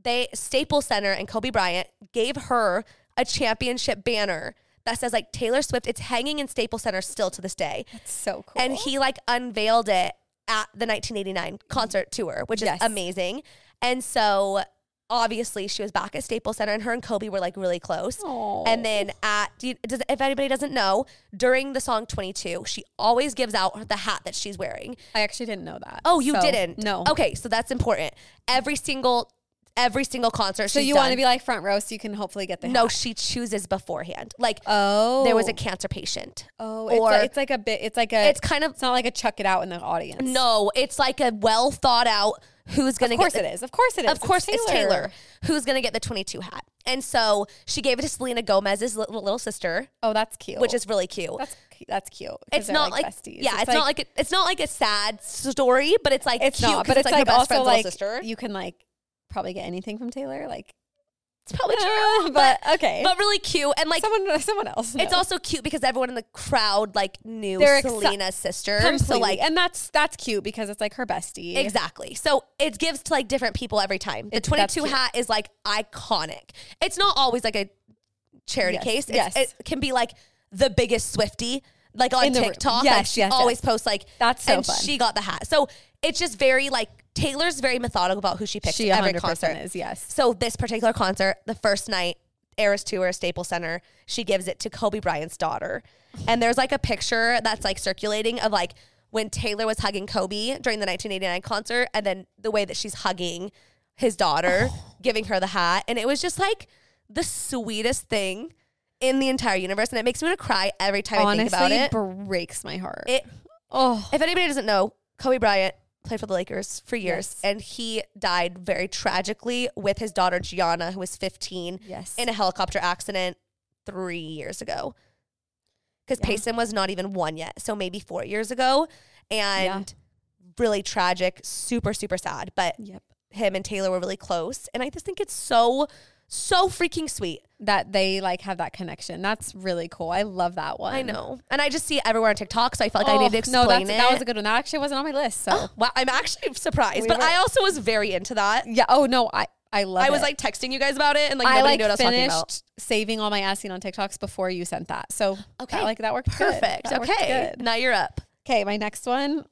They Staples Center and Kobe Bryant gave her a championship banner that says like Taylor Swift. It's hanging in Staples Center still to this day. so cool. And he like unveiled it at the 1989 concert tour, which Yes. is amazing. And so obviously she was back at Staples Center and her and Kobe were like really close. Aw. And then at do you- does, if anybody doesn't know, during the song 22, she always gives out the hat that she's wearing. I actually didn't know that. Oh, you So, didn't? No. Okay, so that's important. Every single every single concert So she's you want to done- be like front row so you can hopefully get the No, hat. she chooses beforehand. Like Oh. there was a cancer patient. Oh, or- it's, like, it's like a bit. It's like a. It's kind of It's not like a chuck it out in the audience. no, it's like a well thought out who's going to Of course get the- it is. Of course it is. Of course, it's Taylor. who's going to get the 22 hat. And so she gave it to Selena Gomez's li- little sister, Oh, that's cute. which is really cute. that's cu- that's cute. 'cause it's they're, not like, besties. yeah, it's, not like a, it's not like a sad story, but it's like it's cute not, 'cause but it's, like, her best also friend's like little sister. you can like probably get anything from Taylor. Like it's [LAUGHS] probably Ah, true, but, but, okay, but really cute and like. someone [LAUGHS] someone else. It's knows. also cute because everyone in the crowd like knew They're exci- Selena's sister. So Completely. like and that's that's cute because it's like her bestie. Exactly. So it gives to like different people every time. The It's- that's 22 cute. hat is like iconic. It's not always like a charity Yes, case. yes. It's, It can be like the biggest Swifty, like on In the room. TikTok. like Yes, she yes, always yes. posts like That's so and fun. she got the hat. So it's just very like Taylor's very methodical about who she picks She at every 100 concert. percent is yes. So this particular concert, the first night, Eras Tour, Staples Center, she gives it to Kobe Bryant's daughter. And there's like a picture that's like circulating of like when Taylor was hugging Kobe during the 1989 concert and then the way that she's hugging his daughter, giving her the hat. And it was just like the sweetest thing in the entire universe. And it makes me want to cry every time I think about Honestly, it. breaks my heart. it. oh, If anybody doesn't know, Kobe Bryant played for the Lakers for years Yes. and he died very tragically with his daughter Gianna, who was 15 yes. in a helicopter accident three years ago. Because Yeah. Payson was not even one yet. So maybe four years ago. And really tragic, super, super sad. But yep. him and Taylor were really close. And I just think it's so, so freaking sweet. That they like have that connection. That's really cool. I love that one. I know. And I just see it everywhere on TikTok. So I felt like I Oh, need to explain no, that's, it. that was a good one. That actually wasn't on my list. So wow, I'm actually surprised. We but were- I also was very into that. [GASPS] yeah. Oh no, I I love. I was it. like texting you guys about it and like I nobody like knew what I was talking about. finished saving all my asking on TikToks before you sent that. So Okay, that, like that worked good. Perfect. That worked Okay. good. Now you're up. Okay, my next one.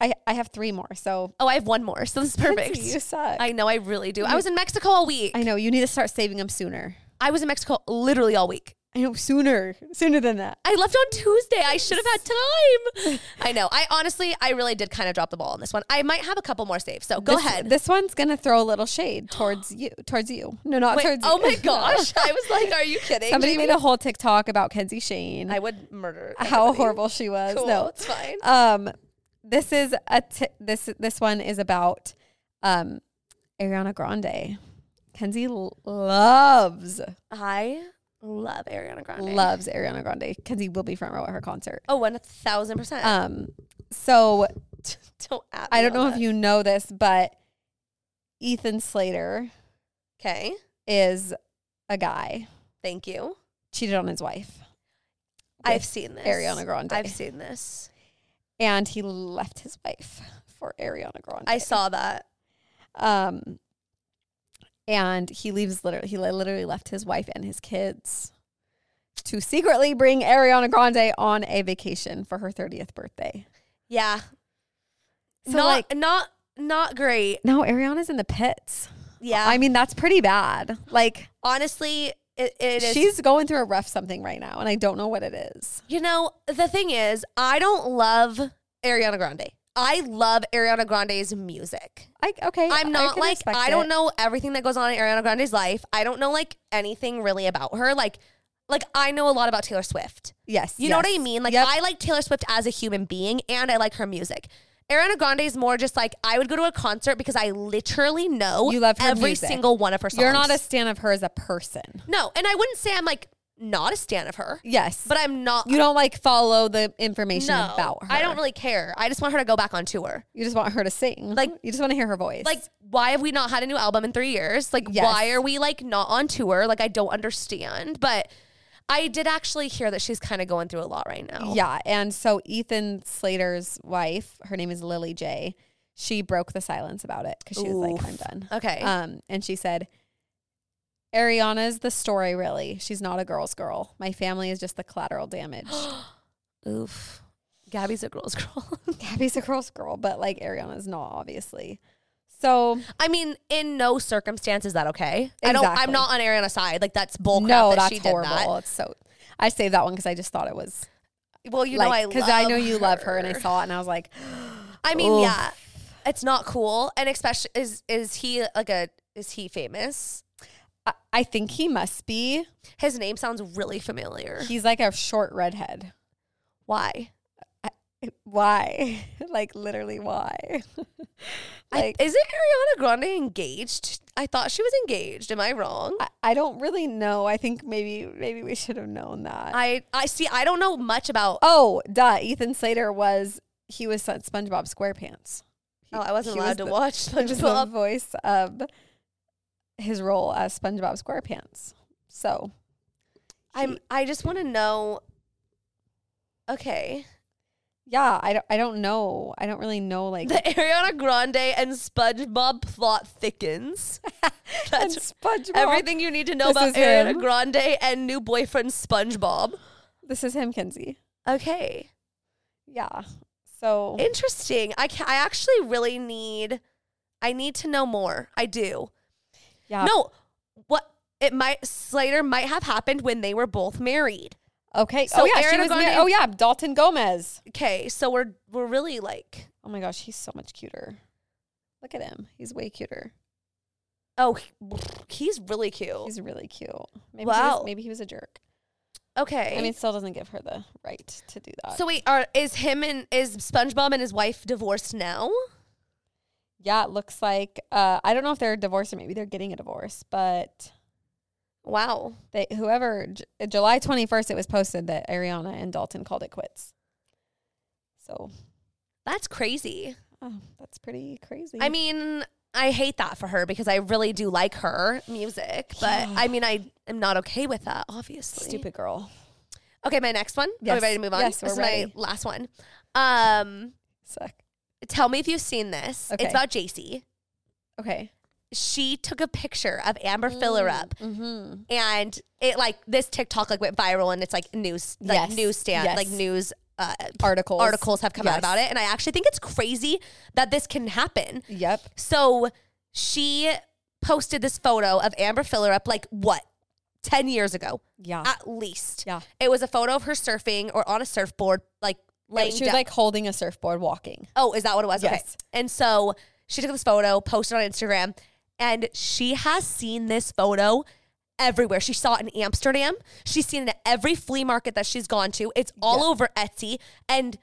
I I have three more. So Oh, I have one more. So this [LAUGHS] is perfect. Lindsay, you suck. I, I know I really do. I was in Mexico all week. I, know you need to start saving them sooner. was in Mexico literally all week. I know sooner, sooner than that. I left on Tuesday. I should have had [LAUGHS] time. I know. I honestly, I really did kind of drop the ball on this one. I might have a couple more saves. So go This- ahead. This one's gonna throw a little shade towards you, towards you. [LAUGHS] No, not Wait, towards. oh [LAUGHS] you. my gosh. I was like, are you kidding? Somebody Jamie? made a whole TikTok about Kenzie Shane. I would murder. [LAUGHS] how everybody. horrible she was. Cool. No, It's fine. um this is a t- this this one is about um Ariana Grande. Kenzie l- loves I love Ariana Grande. loves Ariana Grande. Kenzie will be front row at her concert. Oh, 1000%. Um so don't at me I don't on know if that. you know this but Ethan Slater Okay. is a guy Thank you. cheated on his wife I've with seen this. Ariana Grande I've seen this. and he left his wife for Ariana Grande. I saw that. Um, and he leaves literally, he li- literally left his wife and his kids to secretly bring Ariana Grande on a vacation for her 30th birthday. Yeah. So, not like- not not great. No, Ariana's in the pits. Yeah. I mean, that's pretty bad. Like, honestly, it, it is. she's going through a rough something right now, and I don't know what it is. you know, the thing is, I don't love Ariana Grande. I love Ariana Grande's music. I okay. I'm not can like respect I don't it. know everything that goes on in Ariana Grande's life. I don't know like anything really about her. Like like I know a lot about Taylor Swift. Yes, You know what I yes. mean? Like Yep. I like Taylor Swift as a human being and I like her music. Ariana Grande is more just like I would go to a concert because I literally know You love her every music. single one of her songs. You're not a stan of her as a person. No, and I wouldn't say I'm like not a stan of her, Yes, but I'm not you don't like follow the information no, about her. I don't really care. I just want her to go back on tour. You just want her to sing. Like- you just want to hear her voice. Like why have we not had a new album in 3 years? Like Yes. why are we like not on tour? Like I don't understand, but I did actually hear that she's kind of going through a lot right now. yeah. And so Ethan Slater's wife, her name is Lily J. She broke the silence about it because she was like, "I'm done." Okay. Um, and she said, "Ariana's the story. Really, she's not a girl's girl. My family is just the [GASPS] collateral damage. Oof. Gabby's a [LAUGHS] girl's girl. Gabby's a girl's girl, but like Ariana's not, obviously. So I mean, in no circumstance is that okay. I don't. I'm Exactly. not on Ariana's side. Like that's bull crap no, that that's she did horrible. that. It's so. I saved that one because I just thought it was Well, you know, I because because I know you love her, and I saw it, and I was like, [GASPS] I mean, Oof. yeah, it's not cool. And especially, is is he like a is he famous? I, I think he must be. His name sounds really familiar. He's like a short redhead. Why? Why? [LAUGHS] like literally, why? [LAUGHS] like I, isn't Ariana Grande engaged? I thought she was engaged. Am I wrong? I, I don't really know. I think maybe maybe we should have known that. I I see. I don't know much about. oh, duh. Ethan Slater was he was on SpongeBob SquarePants. He- Oh, I wasn't he allowed was to the- watch He was the SpongeBob. voice of his role as SpongeBob SquarePants. So I'm. I just want to know. Okay. yeah, I don't I don't know. I don't really know like The Ariana Grande and SpongeBob plot thickens. [LAUGHS] [LAUGHS] and That's SpongeBob. everything you need to know This about is Ariana him. Grande and new boyfriend SpongeBob. This is him, Kinsey. Okay, Yeah. So interesting. I ca- I actually really need. I need to know more. I do. yeah. no, what it might Slater might have happened when they were both married. Okay. So oh yeah, she Ariana was mar- Grande- Oh yeah, Dalton Gomez. Okay, so we're we're really like Oh my gosh, he's so much cuter. Look at him. He's way cuter. oh he- he's really cute. He's really cute. Maybe he Wow. was, maybe he was a jerk. okay, I mean, still doesn't give her the right to do that. so wait, are is him and is SpongeBob and his wife divorced now? yeah, it looks like uh, I don't know if they're divorced or maybe they're getting a divorce, but Wow. they whoever J- July 21st it was posted that Ariana and Dalton called it quits. So, That's crazy. oh, that's pretty crazy. I mean, I hate that for her because I really do like her music, but Yeah. I mean, I am not okay with that, obviously. stupid girl. Okay, my next one. Are Yes. we ready to move on? Yes, this we're is ready. my last one. Um, Suck. tell me if you've seen this. Okay. It's about JC. Okay. She took a picture of Amber Filler up Mm-hmm. and it like this TikTok like went viral and it's like news like Yes. newsstand Yes. like news uh, Articles. articles have come Yes. out about it and I actually think it's crazy that this can happen. Yep. So she posted this photo of Amber Filler up like what? 10 years ago, Yeah. at least. Ah. yeah. It was a photo of her surfing or on a surfboard, like Like laying she was down. like holding a surfboard walking. oh, is that what it was? Okay. Yes. And so she took this photo, posted on Instagram, and she has seen this photo everywhere. She saw it in Amsterdam. She's seen it at every flea market that she's gone to. It's all Yeah. over Etsy. And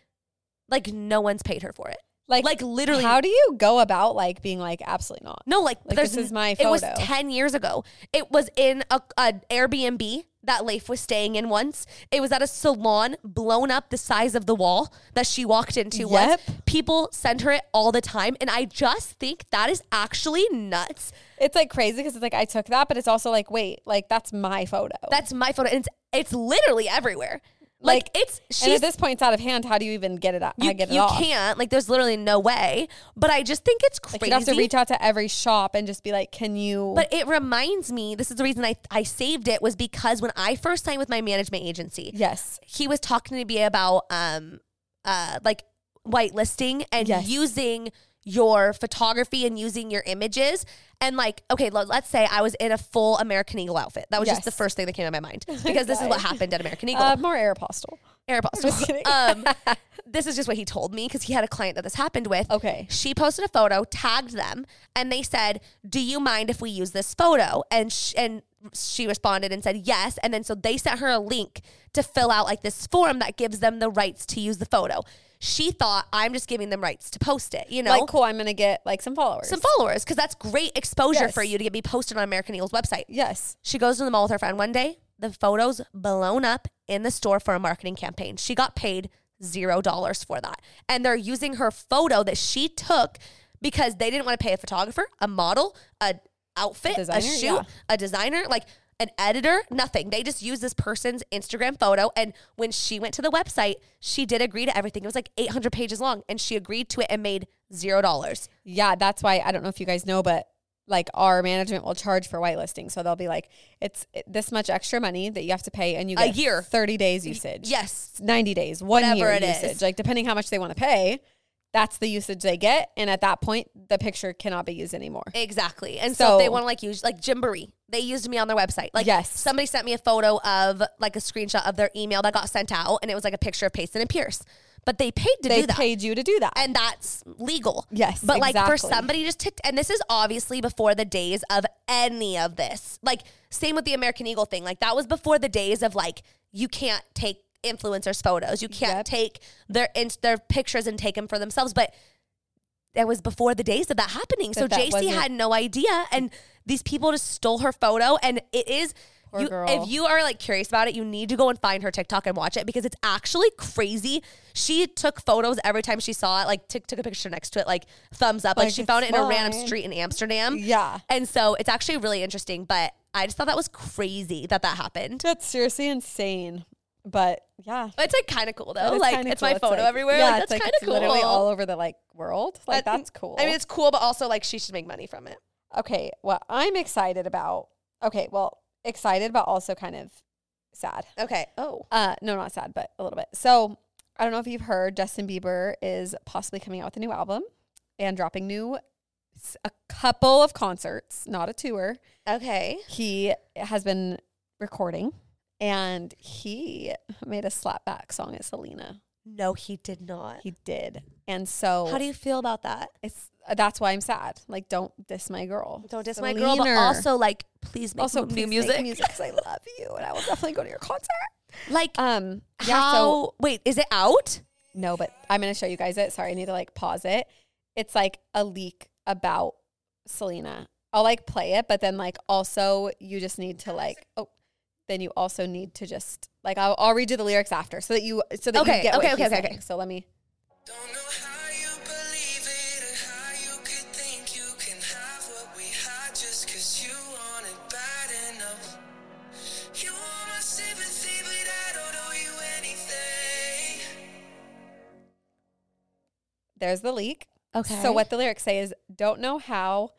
like no one's paid her for it. Like, Like literally how do you go about like being like, absolutely not? No, like, Like, there's this is my It was photo. ten years ago. It was in a, a Airbnb that Leif was staying in once. It was at a salon blown up the size of the wall that she walked into. Once. Yep. People send her it all the time, and I just think that is actually nuts. It's like crazy because it's like, I took that, but it's also like, wait, like that's my photo. That's my photo, and it's it's literally everywhere. Like, Like, it's and she's at this point, it's out of hand. How do you even get it out? you, I get it you off. can't like there's literally no way. But I just think it's crazy. Like, you'd have to reach out to every shop and just be like, can you? But it reminds me, this is the reason I, I saved it was because when I first signed with my management agency, yes. he was talking to me about um uh like whitelisting and Yes. using your photography and using your images and like okay lo- let's say i was in a full american eagle outfit that was just the Yes. [LAUGHS] Um, first thing that came to my mind because this is what happened at american eagle Uh, more Aeropostale. [LAUGHS] Aeropostale. just kidding. um, [LAUGHS] this is just what he told me because he had a client that this happened with. Okay. She posted a photo, tagged them, and they said, "Do you mind if we use this photo?" And sh- and she responded and said yes. And then so they sent her a link to fill out like this form that gives them the rights to use the photo. She thought, "I'm just giving them rights to post it," you know. Like, cool, I'm going to get like some followers. some followers, because that's great exposure Yes. for you to get be posted on American Eagle's website. yes. She goes to the mall with her friend one day. The photos blown up in the store for a marketing campaign. She got paid zero dollars for that. And they're using her photo that she took because they didn't want to pay a photographer, a model, a outfit, Designer, a shoot, yeah. a designer, like an editor, nothing. They just used this person's Instagram photo. And when she went to the website, she did agree to everything. It was like 800 pages long and she agreed to it and made zero dollars. Yeah, that's why I don't know if you guys know, but like our management will charge for whitelisting. So they'll be like, it's this much extra money that you have to pay and you A get year. 30 days usage. Yes. 90 days, one Whatever year it is. usage. Like depending how much they want to pay, that's the usage they get. And at that point, the picture cannot be used anymore. Exactly. And so, if they So- want to like use like Gymboree. They used me on their website. Like Yes. somebody sent me a photo of like a screenshot of their email that got sent out and it was like a picture of Payson and Pierce. But they paid to they do that. paid you to do that. and that's legal. Yes, But like for exactly. somebody just to and this is obviously before the days of any of this. Like same with the American Eagle thing. Like that was before the days of like you can't take influencers photos. You can't Yep. take their ins- their pictures and take them for themselves, but that was before the days of that happening. so That that JC had wasn't- no idea and these people just stole her photo and it is Poor you- girl. if you are like curious about it, you need to go and find her TikTok and watch it because it's actually crazy. She took photos every time she saw it, like took took a picture next to it, like thumbs up. Like, Like, she found it it's in a random fine. street in Amsterdam. yeah. And so it's actually really interesting, but I just thought that was crazy that that happened. That's seriously insane. But yeah. But It's like kind of cool though. That is Like kinda it's cool. my photo like- everywhere. Yeah, like, that's it's like kind it's of cool. literally all over the like world. Like That- that's cool. I mean, it's cool, but also like she should make money from it. okay. What I'm excited about. Okay, well, excited but also kind of sad. Okay. Oh. Uh, no, not sad, but a little bit. So I don't know if you've heard Justin Bieber is possibly coming out with a new album and dropping new s- a couple of concerts, not a tour. Okay. He has been recording and he made a slapback song at Selena. No, he did not. He did. And so How do you feel about that? it's uh, that's why I'm sad. Like, don't diss my girl. Don't diss my girl, but Selena. also like please make also new please make music. music because I love you, and I will definitely go to your concert. Like Um, yeah. how? So wait, is it out? no, but I'm gonna show you guys it. Sorry, I need to like pause it. It's like a leak about Selena. I'll like play it, but then like also you just need to like oh, then you also need to just like I'll, I'll read you the lyrics after so that you so that Okay, you get okay, what okay, he's okay, okay. saying. So let me. Don't know how you believe it or how you could think you can have what we had just cause you want it bad enough. You want my sympathy, but I don't owe you anything. There's the leak. Okay. So what the lyrics say is don't know how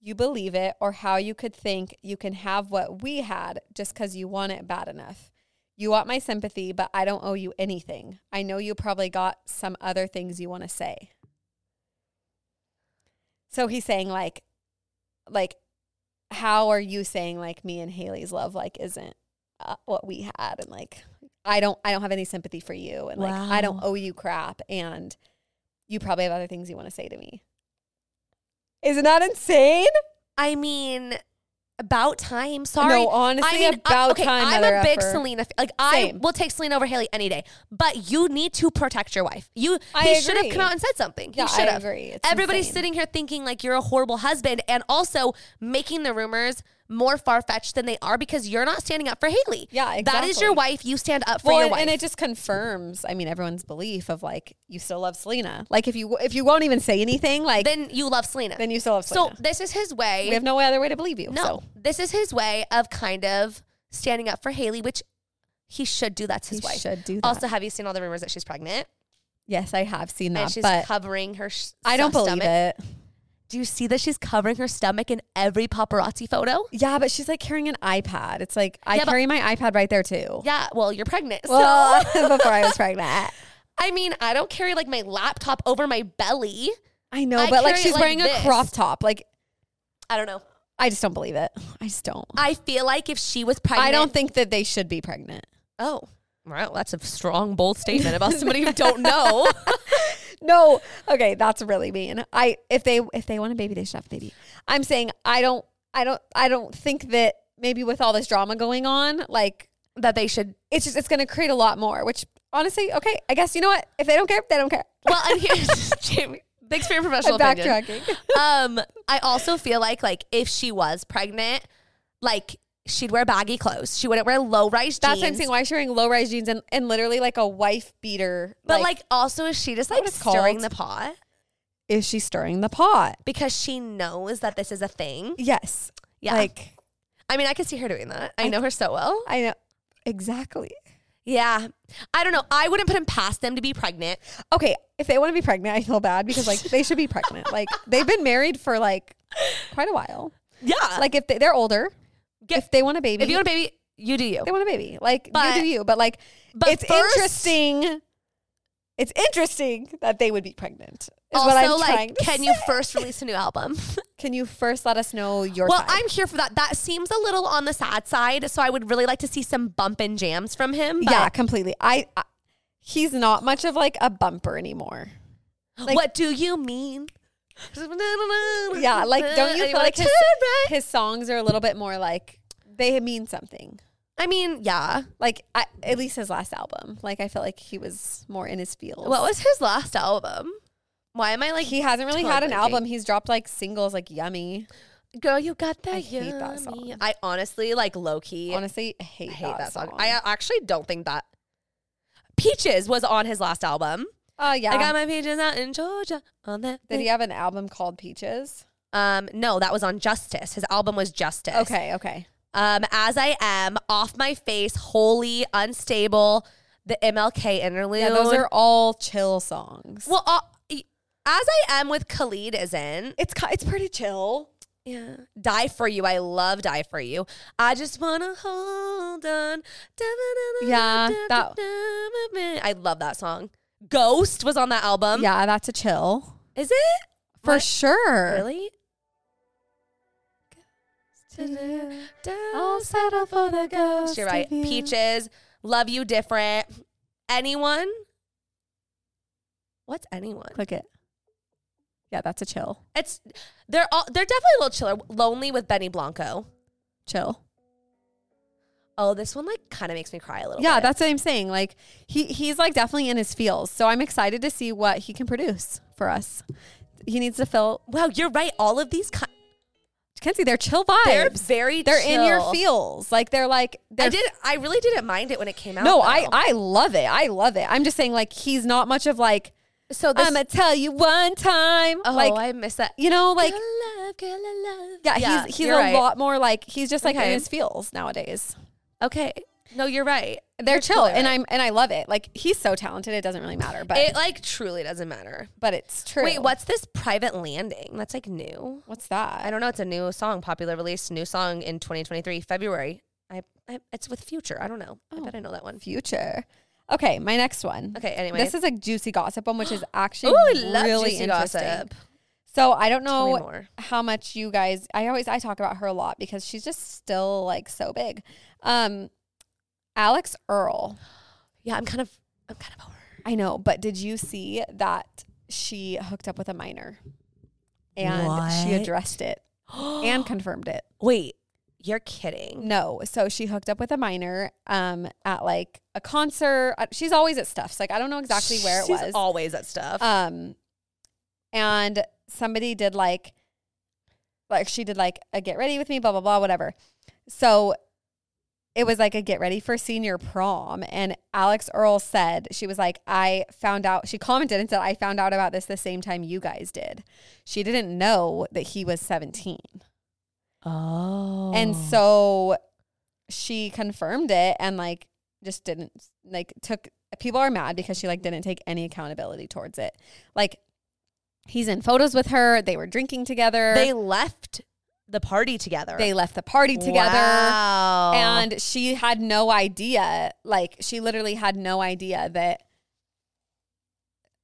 you believe it or how you could think you can have what we had just cuz you want it bad enough. You want my sympathy, but I don't owe you anything. I know you probably got some other things you want to say. So he's saying like like how are you saying like me and Haley's love like isn't uh, what we had and like I don't I don't have any sympathy for you and like I don't Wow. owe you crap and you probably have other things you want to say to me. Isn't that insane? I mean, about time. Sorry. No, honestly, I mean, about I, okay, time. I'm mother a big effer. Selena. f- Like I Same. will take Selena over Haley any day, but you need to protect your wife. You I he should have agree. come out and said something. Yeah, he should I have. agree. It's Everybody's insane. sitting here thinking like you're a horrible husband, and also making the rumors more far fetched than they are because you're not standing up for Haley. Yeah, That is your exactly. wife. You stand up for Well, your and, wife. and it just confirms. I mean, everyone's belief of like you still love Selena. Like if you if you won't even say anything, like then, then you love Selena. you still love so Selena. this is his way. we have no other way to believe you. No, so. this is his way of kind of standing up for Haley, which he should do. That's his He wife. should do that. Also, have you seen all the rumors that she's pregnant yes, I have seen and that, she's but covering her? s- I don't believe stomach? it. Do you see that she's covering her stomach in every paparazzi photo? Yeah, but she's like carrying an iPad. It's like I Yeah, but- carry my iPad right there too. Yeah, well, you're pregnant. So, Well, [LAUGHS] before I was pregnant. [LAUGHS] I mean, I don't carry like my laptop over my belly. I know, I but like carry it she's like wearing this. a crop top. Like I don't know. I just don't believe it. I just don't. I feel like if she was pregnant, I don't think that they should be pregnant. Oh, Wow, that's a strong, bold statement about somebody you [LAUGHS] don't know. [LAUGHS] No. Okay, that's really mean. I if they if they want a baby, they should have a baby. I'm saying I don't I don't I don't think that maybe with all this drama going on, like that they should. it's just it's gonna create a lot more, which honestly, okay, I guess you know what? If they don't care, they don't care. Well, and here's [LAUGHS] Jamie. Thanks for your professional [LAUGHS] I'm opinion. backtracking. Um, I also feel like like if she was pregnant, like she'd wear baggy clothes. She wouldn't wear low rise jeans. That's what I'm saying. Why is she wearing low rise jeans and, and literally like a wife beater? But like, also, is she just Not like what it's called. stirring the pot is she stirring the pot? because she knows that this is a thing? Yes. Yeah. Like I mean, I can see her doing that. I know her so well. I know exactly. Yeah. I don't know. I wouldn't put him past them to be pregnant. Okay, if they want to be pregnant, I feel bad because like they should be [LAUGHS] pregnant. Like they've been married for like quite a while. Yeah. Like, Like if they, they're older, Uh, Get- if they want a baby, if you want a baby, you do you. they want a baby. Like But- you do you, but like But it's first- interesting. It's interesting that they would be pregnant. Is what I'm Also, trying like, to can you say. first release a new album? Can you first let us know your? well, side? I'm here for that. That seems a little on the sad side, so I would really like to see some bump and jams from him. But yeah, completely. I, I he's not much of like a bumper [LAUGHS] anymore. like- what do you mean? [LAUGHS] Yeah, Yeah, like don't you feel like his, right? [LAUGHS] his songs are a little bit more like they mean something. I mean, yeah. Like I, at least his last album, like I felt like he was more in his feels. What was his last album? Why am I like he hasn't really had an totally album. He's dropped like singles, like Yummy. Girl, you got that. I hate that yummy. song. I honestly like low key. Honestly, I hate, I hate that, song. I, I uh, actually don't think that Peaches was on his last album. uh, yeah. I got my peaches out in Georgia on that. Did he have an album called Peaches? Um, no, that was on Justice. His album was Justice. Okay, okay. Um, as I am, off my face, holy, unstable, the MLK interlude. Yeah, those are all chill songs. well, uh, as I am with Khalid isn't. it's ki- it's pretty chill. Yeah. Die for you. I love Die for you. I just wanna hold on. Yeah, that- I love that song. Ghost was on that album. yeah, that's a chill Is it? for um, What? sure. Really? I'll settle for the ghost. You're right. of you. Peaches, love you different. Anyone? What's anyone? Click it. Yeah, that's a chill. It's they're all they're definitely a little chiller. Lonely with Benny Blanco. Chill. Oh, this one like kind of makes me cry a little. Yeah, bit. that's what I'm saying. Like he he's like definitely in his feels. So I'm excited to see what he can produce for us. He needs to fill. wow. You're right. All of these ki- Kenzie, they're chill vibes. they're very They're in your chill. feels. Like they're like they're I did. I really didn't mind it when it came out. No, I though. I love it. I love it. I'm just saying like he's not much of like so this. I'm gonna tell you one time. oh, um, like I miss that. you know like girl, I love, girl, I love. yeah, he's he's a you're right. lot more like he's just like Okay. in his feels nowadays. Okay. No, you're right. They're You're chill totally and right. I'm and I love it. Like he's so talented it doesn't really matter, but It like truly doesn't matter. but it's true. Wait, what's this private landing? That's like new. what's that? I don't know. It's a new song, popular release, new song in 2023, February. I, I it's with Future. I don't know. I bet I know that one. future. Okay, my next one. Okay. Anyway, This is a juicy gossip one, [GASPS] which is actually Ooh, I love really juicy interesting. gossip. So I don't Tell me know more. how much you guys. I always I talk about her a lot because she's just still like so big. Um, Alex Earl. Yeah, I'm kind of I'm kind of over. it. I know, but did you see that she hooked up with a minor, and she What? addressed it [GASPS] and confirmed it? Wait, you're kidding. No. So she hooked up with a minor um, at like a concert. Uh, She's always at stuff. So, like I don't know exactly where it She's was. Always that stuff. Um, and somebody did like, like she did like a get ready with me, blah blah blah, whatever. So it was like a get ready for senior prom, and Alex Earl said she was like, I found out. She commented and said, I found out about this the same time you guys did. She didn't know that he was seventeen, oh. and so she confirmed it and like just didn't like took. People are mad because she like didn't take any accountability towards it. Like he's in photos with her. They were drinking together. they left the party together. they left the party together. Wow. And she had no idea. Like she literally had no idea that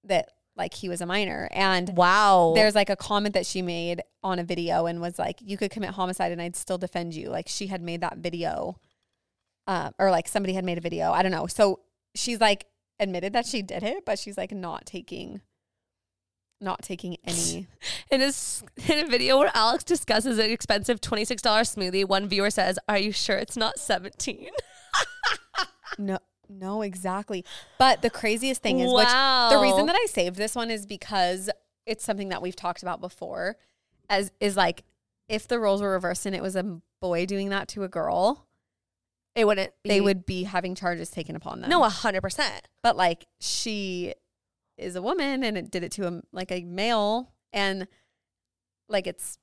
that like he was a minor. And wow. there's like a comment that she made on a video and was like, "You could commit homicide and I'd still uh, defend you." Like she had made that video, um, or like somebody had made a video. I don't know. So she's like admitted that she did it, but she's like not taking not taking any. In, his, in a video where Alex discusses an expensive $26 smoothie, one viewer says, Are you sure it's not 17? no, no, exactly. But the craziest thing is which the Wow. reason that I saved this one is because it's something that we've talked about before as is like if the roles were reversed and it was a boy doing that to a girl, It wouldn't. Be, they would be having charges taken upon them. No, 100%. but like she is a woman and it did it to a like a male and like it's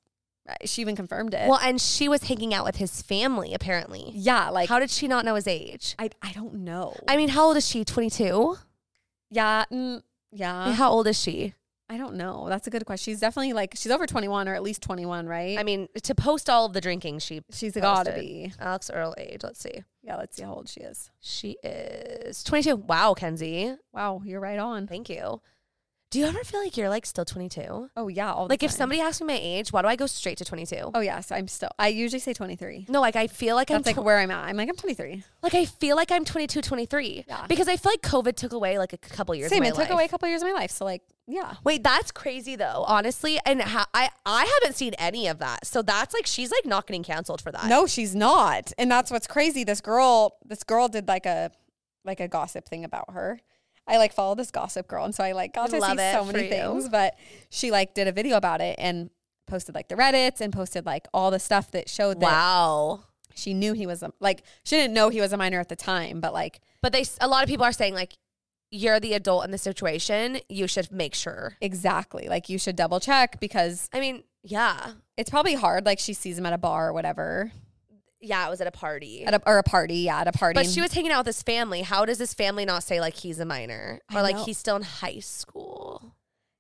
uh, she even confirmed it Well, and she was hanging out with his family, apparently. yeah like how did she not know his age? i i don't know I mean, how old is she? 22? yeah mm, yeah how old is she? i don't know that's a good question she's definitely like she's over 21 or at least 21 right I mean, to post all of the drinking, she she's posted. gotta be Alex Earl age. Let's see. yeah let's see how old she is She is 22. Wow, Kenzie. wow you're right on Thank you. Do you ever feel like you're like still 22? oh yeah all the Like if time. somebody asks me my age, why do I go straight to 22? oh yes i'm still i usually say 23 No, like I feel like I'm that's tw- like where i'm at i'm like i'm 23 like I feel like I'm 22, 23 Yeah. because I feel like COVID took away like a couple years. of same my it took life. away a couple years of my life so like yeah Wait, that's crazy though, honestly. And ha- I I haven't seen any of that, so that's like she's like not getting canceled for that. No, she's not. And that's what's crazy. This girl, this girl did like a like a gossip thing about her. I like follow this gossip girl and so I like got to Love see it so for many you. things, but she like did a video about it and posted like the Reddits and posted like all the stuff that showed that wow. she knew he was a, like she didn't know he was a minor at the time, but like But they s- a lot of people are saying like you're the adult in the situation. You should make sure. exactly. Like you should double check because I mean, yeah, it's probably hard like she sees him at a bar or whatever. yeah. I was at a party. At a or a party, yeah, at a party. But and- she was hanging out with his family. How does his family not say like he's a minor I or like know. he's still in high school?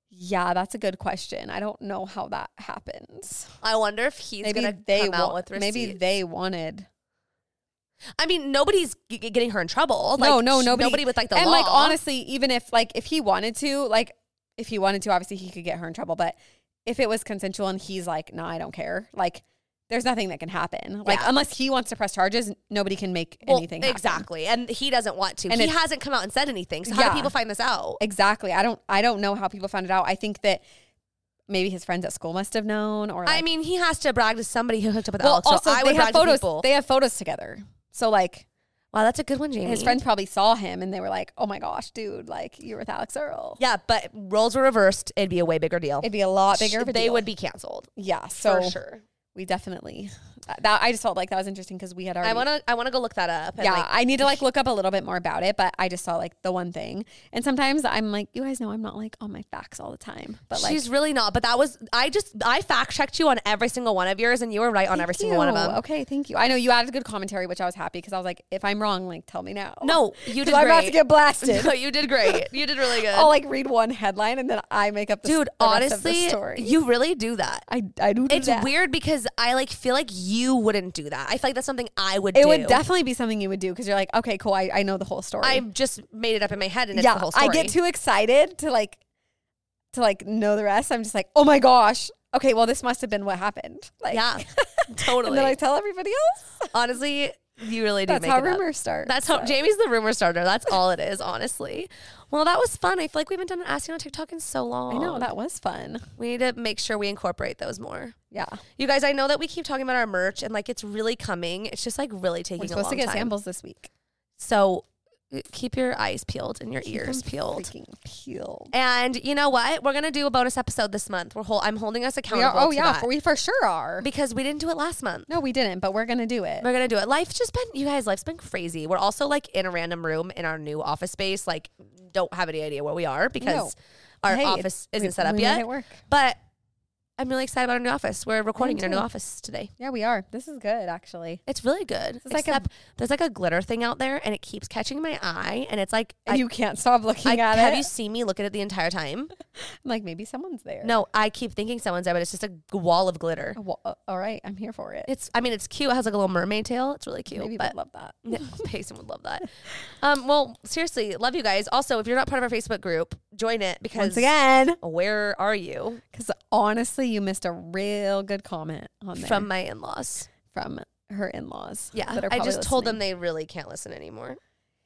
Yeah, that's a good question. I don't know how that happens. I wonder if he's gonna come wa- out with receipts. maybe they wanted I mean, nobody's g- g- getting her in trouble. Like, no no sh- nobody Nobody with like the and law. like honestly even if like if he wanted to like if he wanted to obviously he could get her in trouble but if it was consensual and he's like no nah, I don't care like there's nothing that can happen like Yeah. unless he wants to press charges nobody can make Well, anything happen. exactly. And he doesn't want to. And he it's- hasn't come out and said anything. So how Yeah. do people find this out? exactly I don't I don't know how people found it out I think that maybe his friends at school must have known or like, I mean, he has to brag to somebody who hooked up with well Alex. also so I they would have brag to photos people. they have photos together so like wow, that's a good one, Jamie. his friends probably saw him and they were like, "Oh my gosh, dude! Like you're with Alex Earl." Yeah, but roles were reversed. It'd be a way bigger deal. It'd be a lot bigger. Sh- of a they deal. would be canceled yeah. So for sure. we definitely that, that- I just felt like that was interesting because we had already. I wanna I wanna go look that up. and, yeah, like, I need to like look up a little bit more about it, but I just saw like the one thing, and sometimes I'm like, you guys know I'm not like on my facts all the time, but like she's really not. But that was I just I fact checked you on every single one of yours, and you were right on thank every single one of you. them. Okay, thank you. I know you added good commentary, which I was happy because I was like, if I'm wrong, like tell me now. No, you did 'Cause I'm about to great. get [LAUGHS] [LAUGHS] blasted. No, you did great. You did really good, I'll like read one headline and then I make up the, dude. the rest of the honestly, story. you really do that. I I do. do It's that. weird because I like feel like you wouldn't do that. I feel like that's something I would. It do. would definitely be something you would do because you're like, okay, cool. I, I know the whole story. I've just made it up in my head, and it's yeah, the whole story. I get too excited to like, to like know the rest. I'm just like, oh my gosh. Okay, well, this must have been what happened. Like, [LAUGHS] Yeah, [LAUGHS] And totally. then I tell everybody [LAUGHS] else. Honestly, you really do. [LAUGHS] That's make how it up. rumors start. That's how Jamie's the rumor starter. That's all it is, honestly. Well, that was fun. I feel like we haven't done an asking on TikTok in so long. I know that was fun. we need to make sure we incorporate those more. Yeah, You guys, I know that we keep talking about our merch and like it's really coming. It's just like really taking we're a supposed long to get time. samples this week. So uh, keep your eyes peeled and your ears Freaking peeled. peeled. And you know what? We're gonna do a bonus episode this month. We're hol- I'm holding us We accountable. are, oh to yeah, that for, we for sure are. because we didn't do it last month. No, we didn't, but we're gonna do it. We're gonna do it. Life's just been, you guys. Life's been crazy. We're also like in a random room in our new office space. Like, don't have any idea where we are because our Hey, office we- isn't set up we made yet. it work. But I'm really excited about our new office. We're recording in our new too. office today. Yeah, we are. This is good actually. It's really good. is like a- Except there's like a glitter thing out there, and it keeps catching my eye, and it's like And I, you can't stop looking I, at have it. you seen me look at it the entire [LAUGHS] time? I'm like maybe someone's there. No, I keep thinking someone's there, but it's just a g- wall of glitter. Well, uh, all right, I'm here for it. It's I mean it's cute. It has like a little mermaid tail. It's really cute. Maybe but would [LAUGHS] love that. [LAUGHS] Yeah, Payson would love that. Um, well, seriously, love you guys. Also, if you're not part of our Facebook group, join it because Once again, where are you because honestly, you missed a real good comment on there from my in-laws? from her in laws. Yeah, I just told them they really can't listen anymore.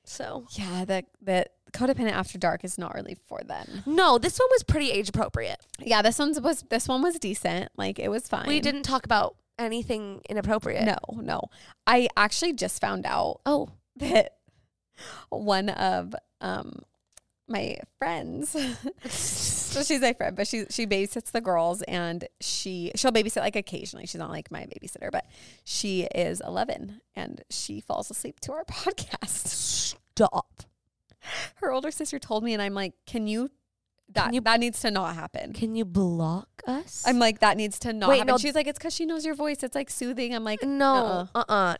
So Yeah, the the codependent after dark is not really for them. no, this one was pretty age appropriate. Yeah, this one's was this one was decent. Like it was fine. We didn't talk about anything inappropriate. No, no. I actually just found out Oh, [LAUGHS] that one of um my friends so she's my friend but she she babysits the girls and she she'll babysit like occasionally she's not like my babysitter but she is 11 and she falls asleep to our [LAUGHS] podcast stop. her older sister told me and i'm like can you that that needs to not happen Can you block us? i'm like that needs to not Wait, happen no. she's like it's because she knows your voice it's like soothing i'm like no. Uh uh uh-uh.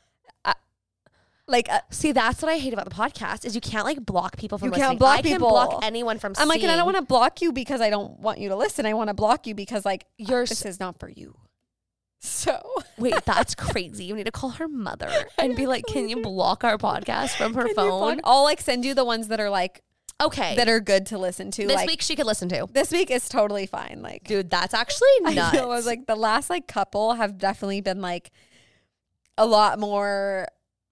like uh, See, that's what I hate about the podcast is you can't like block people from You listening. can't block I can people. block anyone from. I'm like, and I don't seeing. want to block you because I don't want you to listen. I want to block you because, like, You're this s- is not for you. So Wait, that's crazy. You need to call her mother and be like, "Can you block our podcast from her [LAUGHS] Can you block- phone?" I'll like send you the ones that are like okay. that are good to listen to. this like week she could listen to. this week is totally fine. Like, [LAUGHS] Dude, that's actually I, nuts. know, I was like, the last like couple have definitely been like a lot more.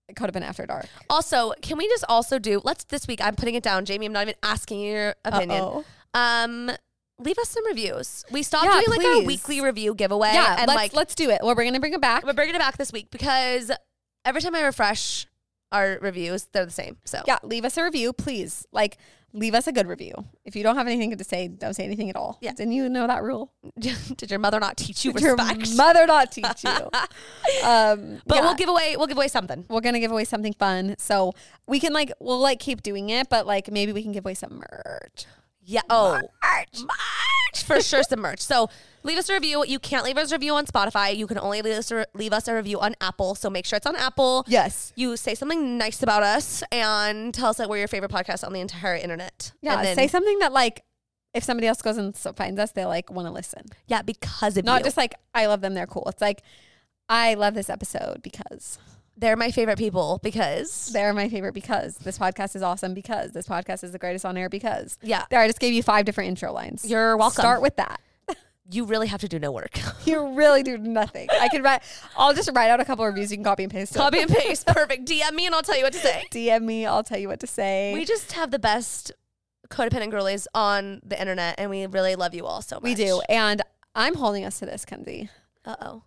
It could have been after dark. also, can we just also do? Let's this week. I'm putting it down, Jamie. I'm not even asking you your opinion. Uh-oh. Um, leave us some reviews. We stopped Yeah, doing like please. our weekly review giveaway. Yeah, and let's like let's do it. Well, we're gonna bring it back. we're bringing it back this week because every time I refresh our reviews, they're the same. So Yeah, leave us a review, please. Like, leave us a good review. If you don't have anything good to say, don't say anything at all. Yeah. Didn't you know that rule? [LAUGHS] did your mother not teach you [LAUGHS] Did respect? Your mother not teach you. [LAUGHS] um, but yeah. we'll give away we'll give away something. we're gonna give away something fun, so we can like we'll like keep doing it, but like maybe we can give away some merch. Yeah. Oh. Merch. Merch. For sure, some merch. So leave us a review. You can't leave us a review on Spotify. You can only leave us a, leave us a review on Apple. So make sure it's on Apple. Yes. You say something nice about us and tell us that we're your favorite podcast on the entire internet. Yeah. And then- say something that like if somebody else goes and so- finds us, they like want to listen. Yeah, because of Not you. just like I love them, they're cool. It's like I love this episode because they're my favorite people because they're my favorite because this podcast is awesome because this podcast is the greatest on air because Yeah. There, I just gave you five different intro lines. You're welcome. Start with that. you really have to do no work. [LAUGHS] You really do nothing. I can write. I'll just write out a couple reviews. You can copy and paste. it. Copy and [LAUGHS] paste. Perfect. DM me and I'll tell you what to say. DM me. I'll tell you what to say. We just have the best codependent girlies on the internet and we really love you all so much. We do. And I'm holding us to this, Kenzie, Uh oh.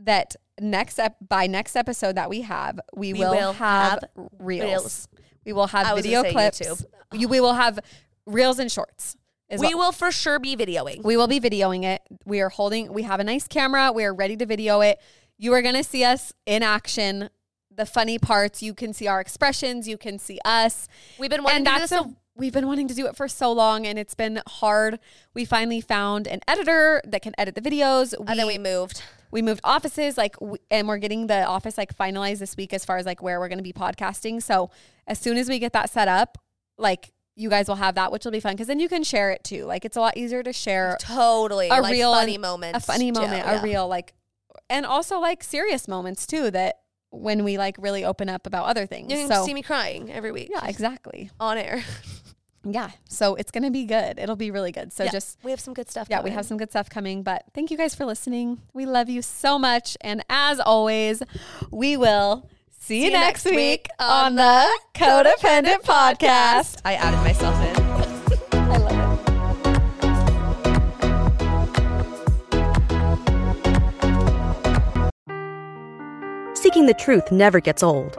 that next up by next episode that we have, we, We will, will have, have reels. reels. We will have I was video gonna say clips. YouTube. You- we will have reels and shorts. Is We we, will for sure be videoing. we will be videoing it. We are holding, we have a nice camera. We are ready to video it. You are going to see us in action. The funny parts, you can see our expressions, you can see us. We've been wanting and to do that's this a, we've been wanting to do it for so long and it's been hard. We finally found an editor that can edit the videos. We, and then we moved. we moved offices like w- and we're getting the office like finalized this week as far as like where we're going to be podcasting. So as soon as we get that set up, like you guys will have that, which will be fun because then you can share it too. Like it's a lot easier to share Totally. a like real funny and- moment. a funny moment, yeah. a real like, and also like serious moments too that when we like really open up about other things. You can so see me crying every week. yeah, exactly. On air. [LAUGHS] Yeah. So it's going to be good. It'll be really good. So Yeah. just, we have some good stuff. yeah, we going. have some good stuff coming. But thank you guys for listening. We love you so much. And as always, we will see you, next, week, on the Codependent Podcast. I added myself in. I love it. Seeking the truth never gets old.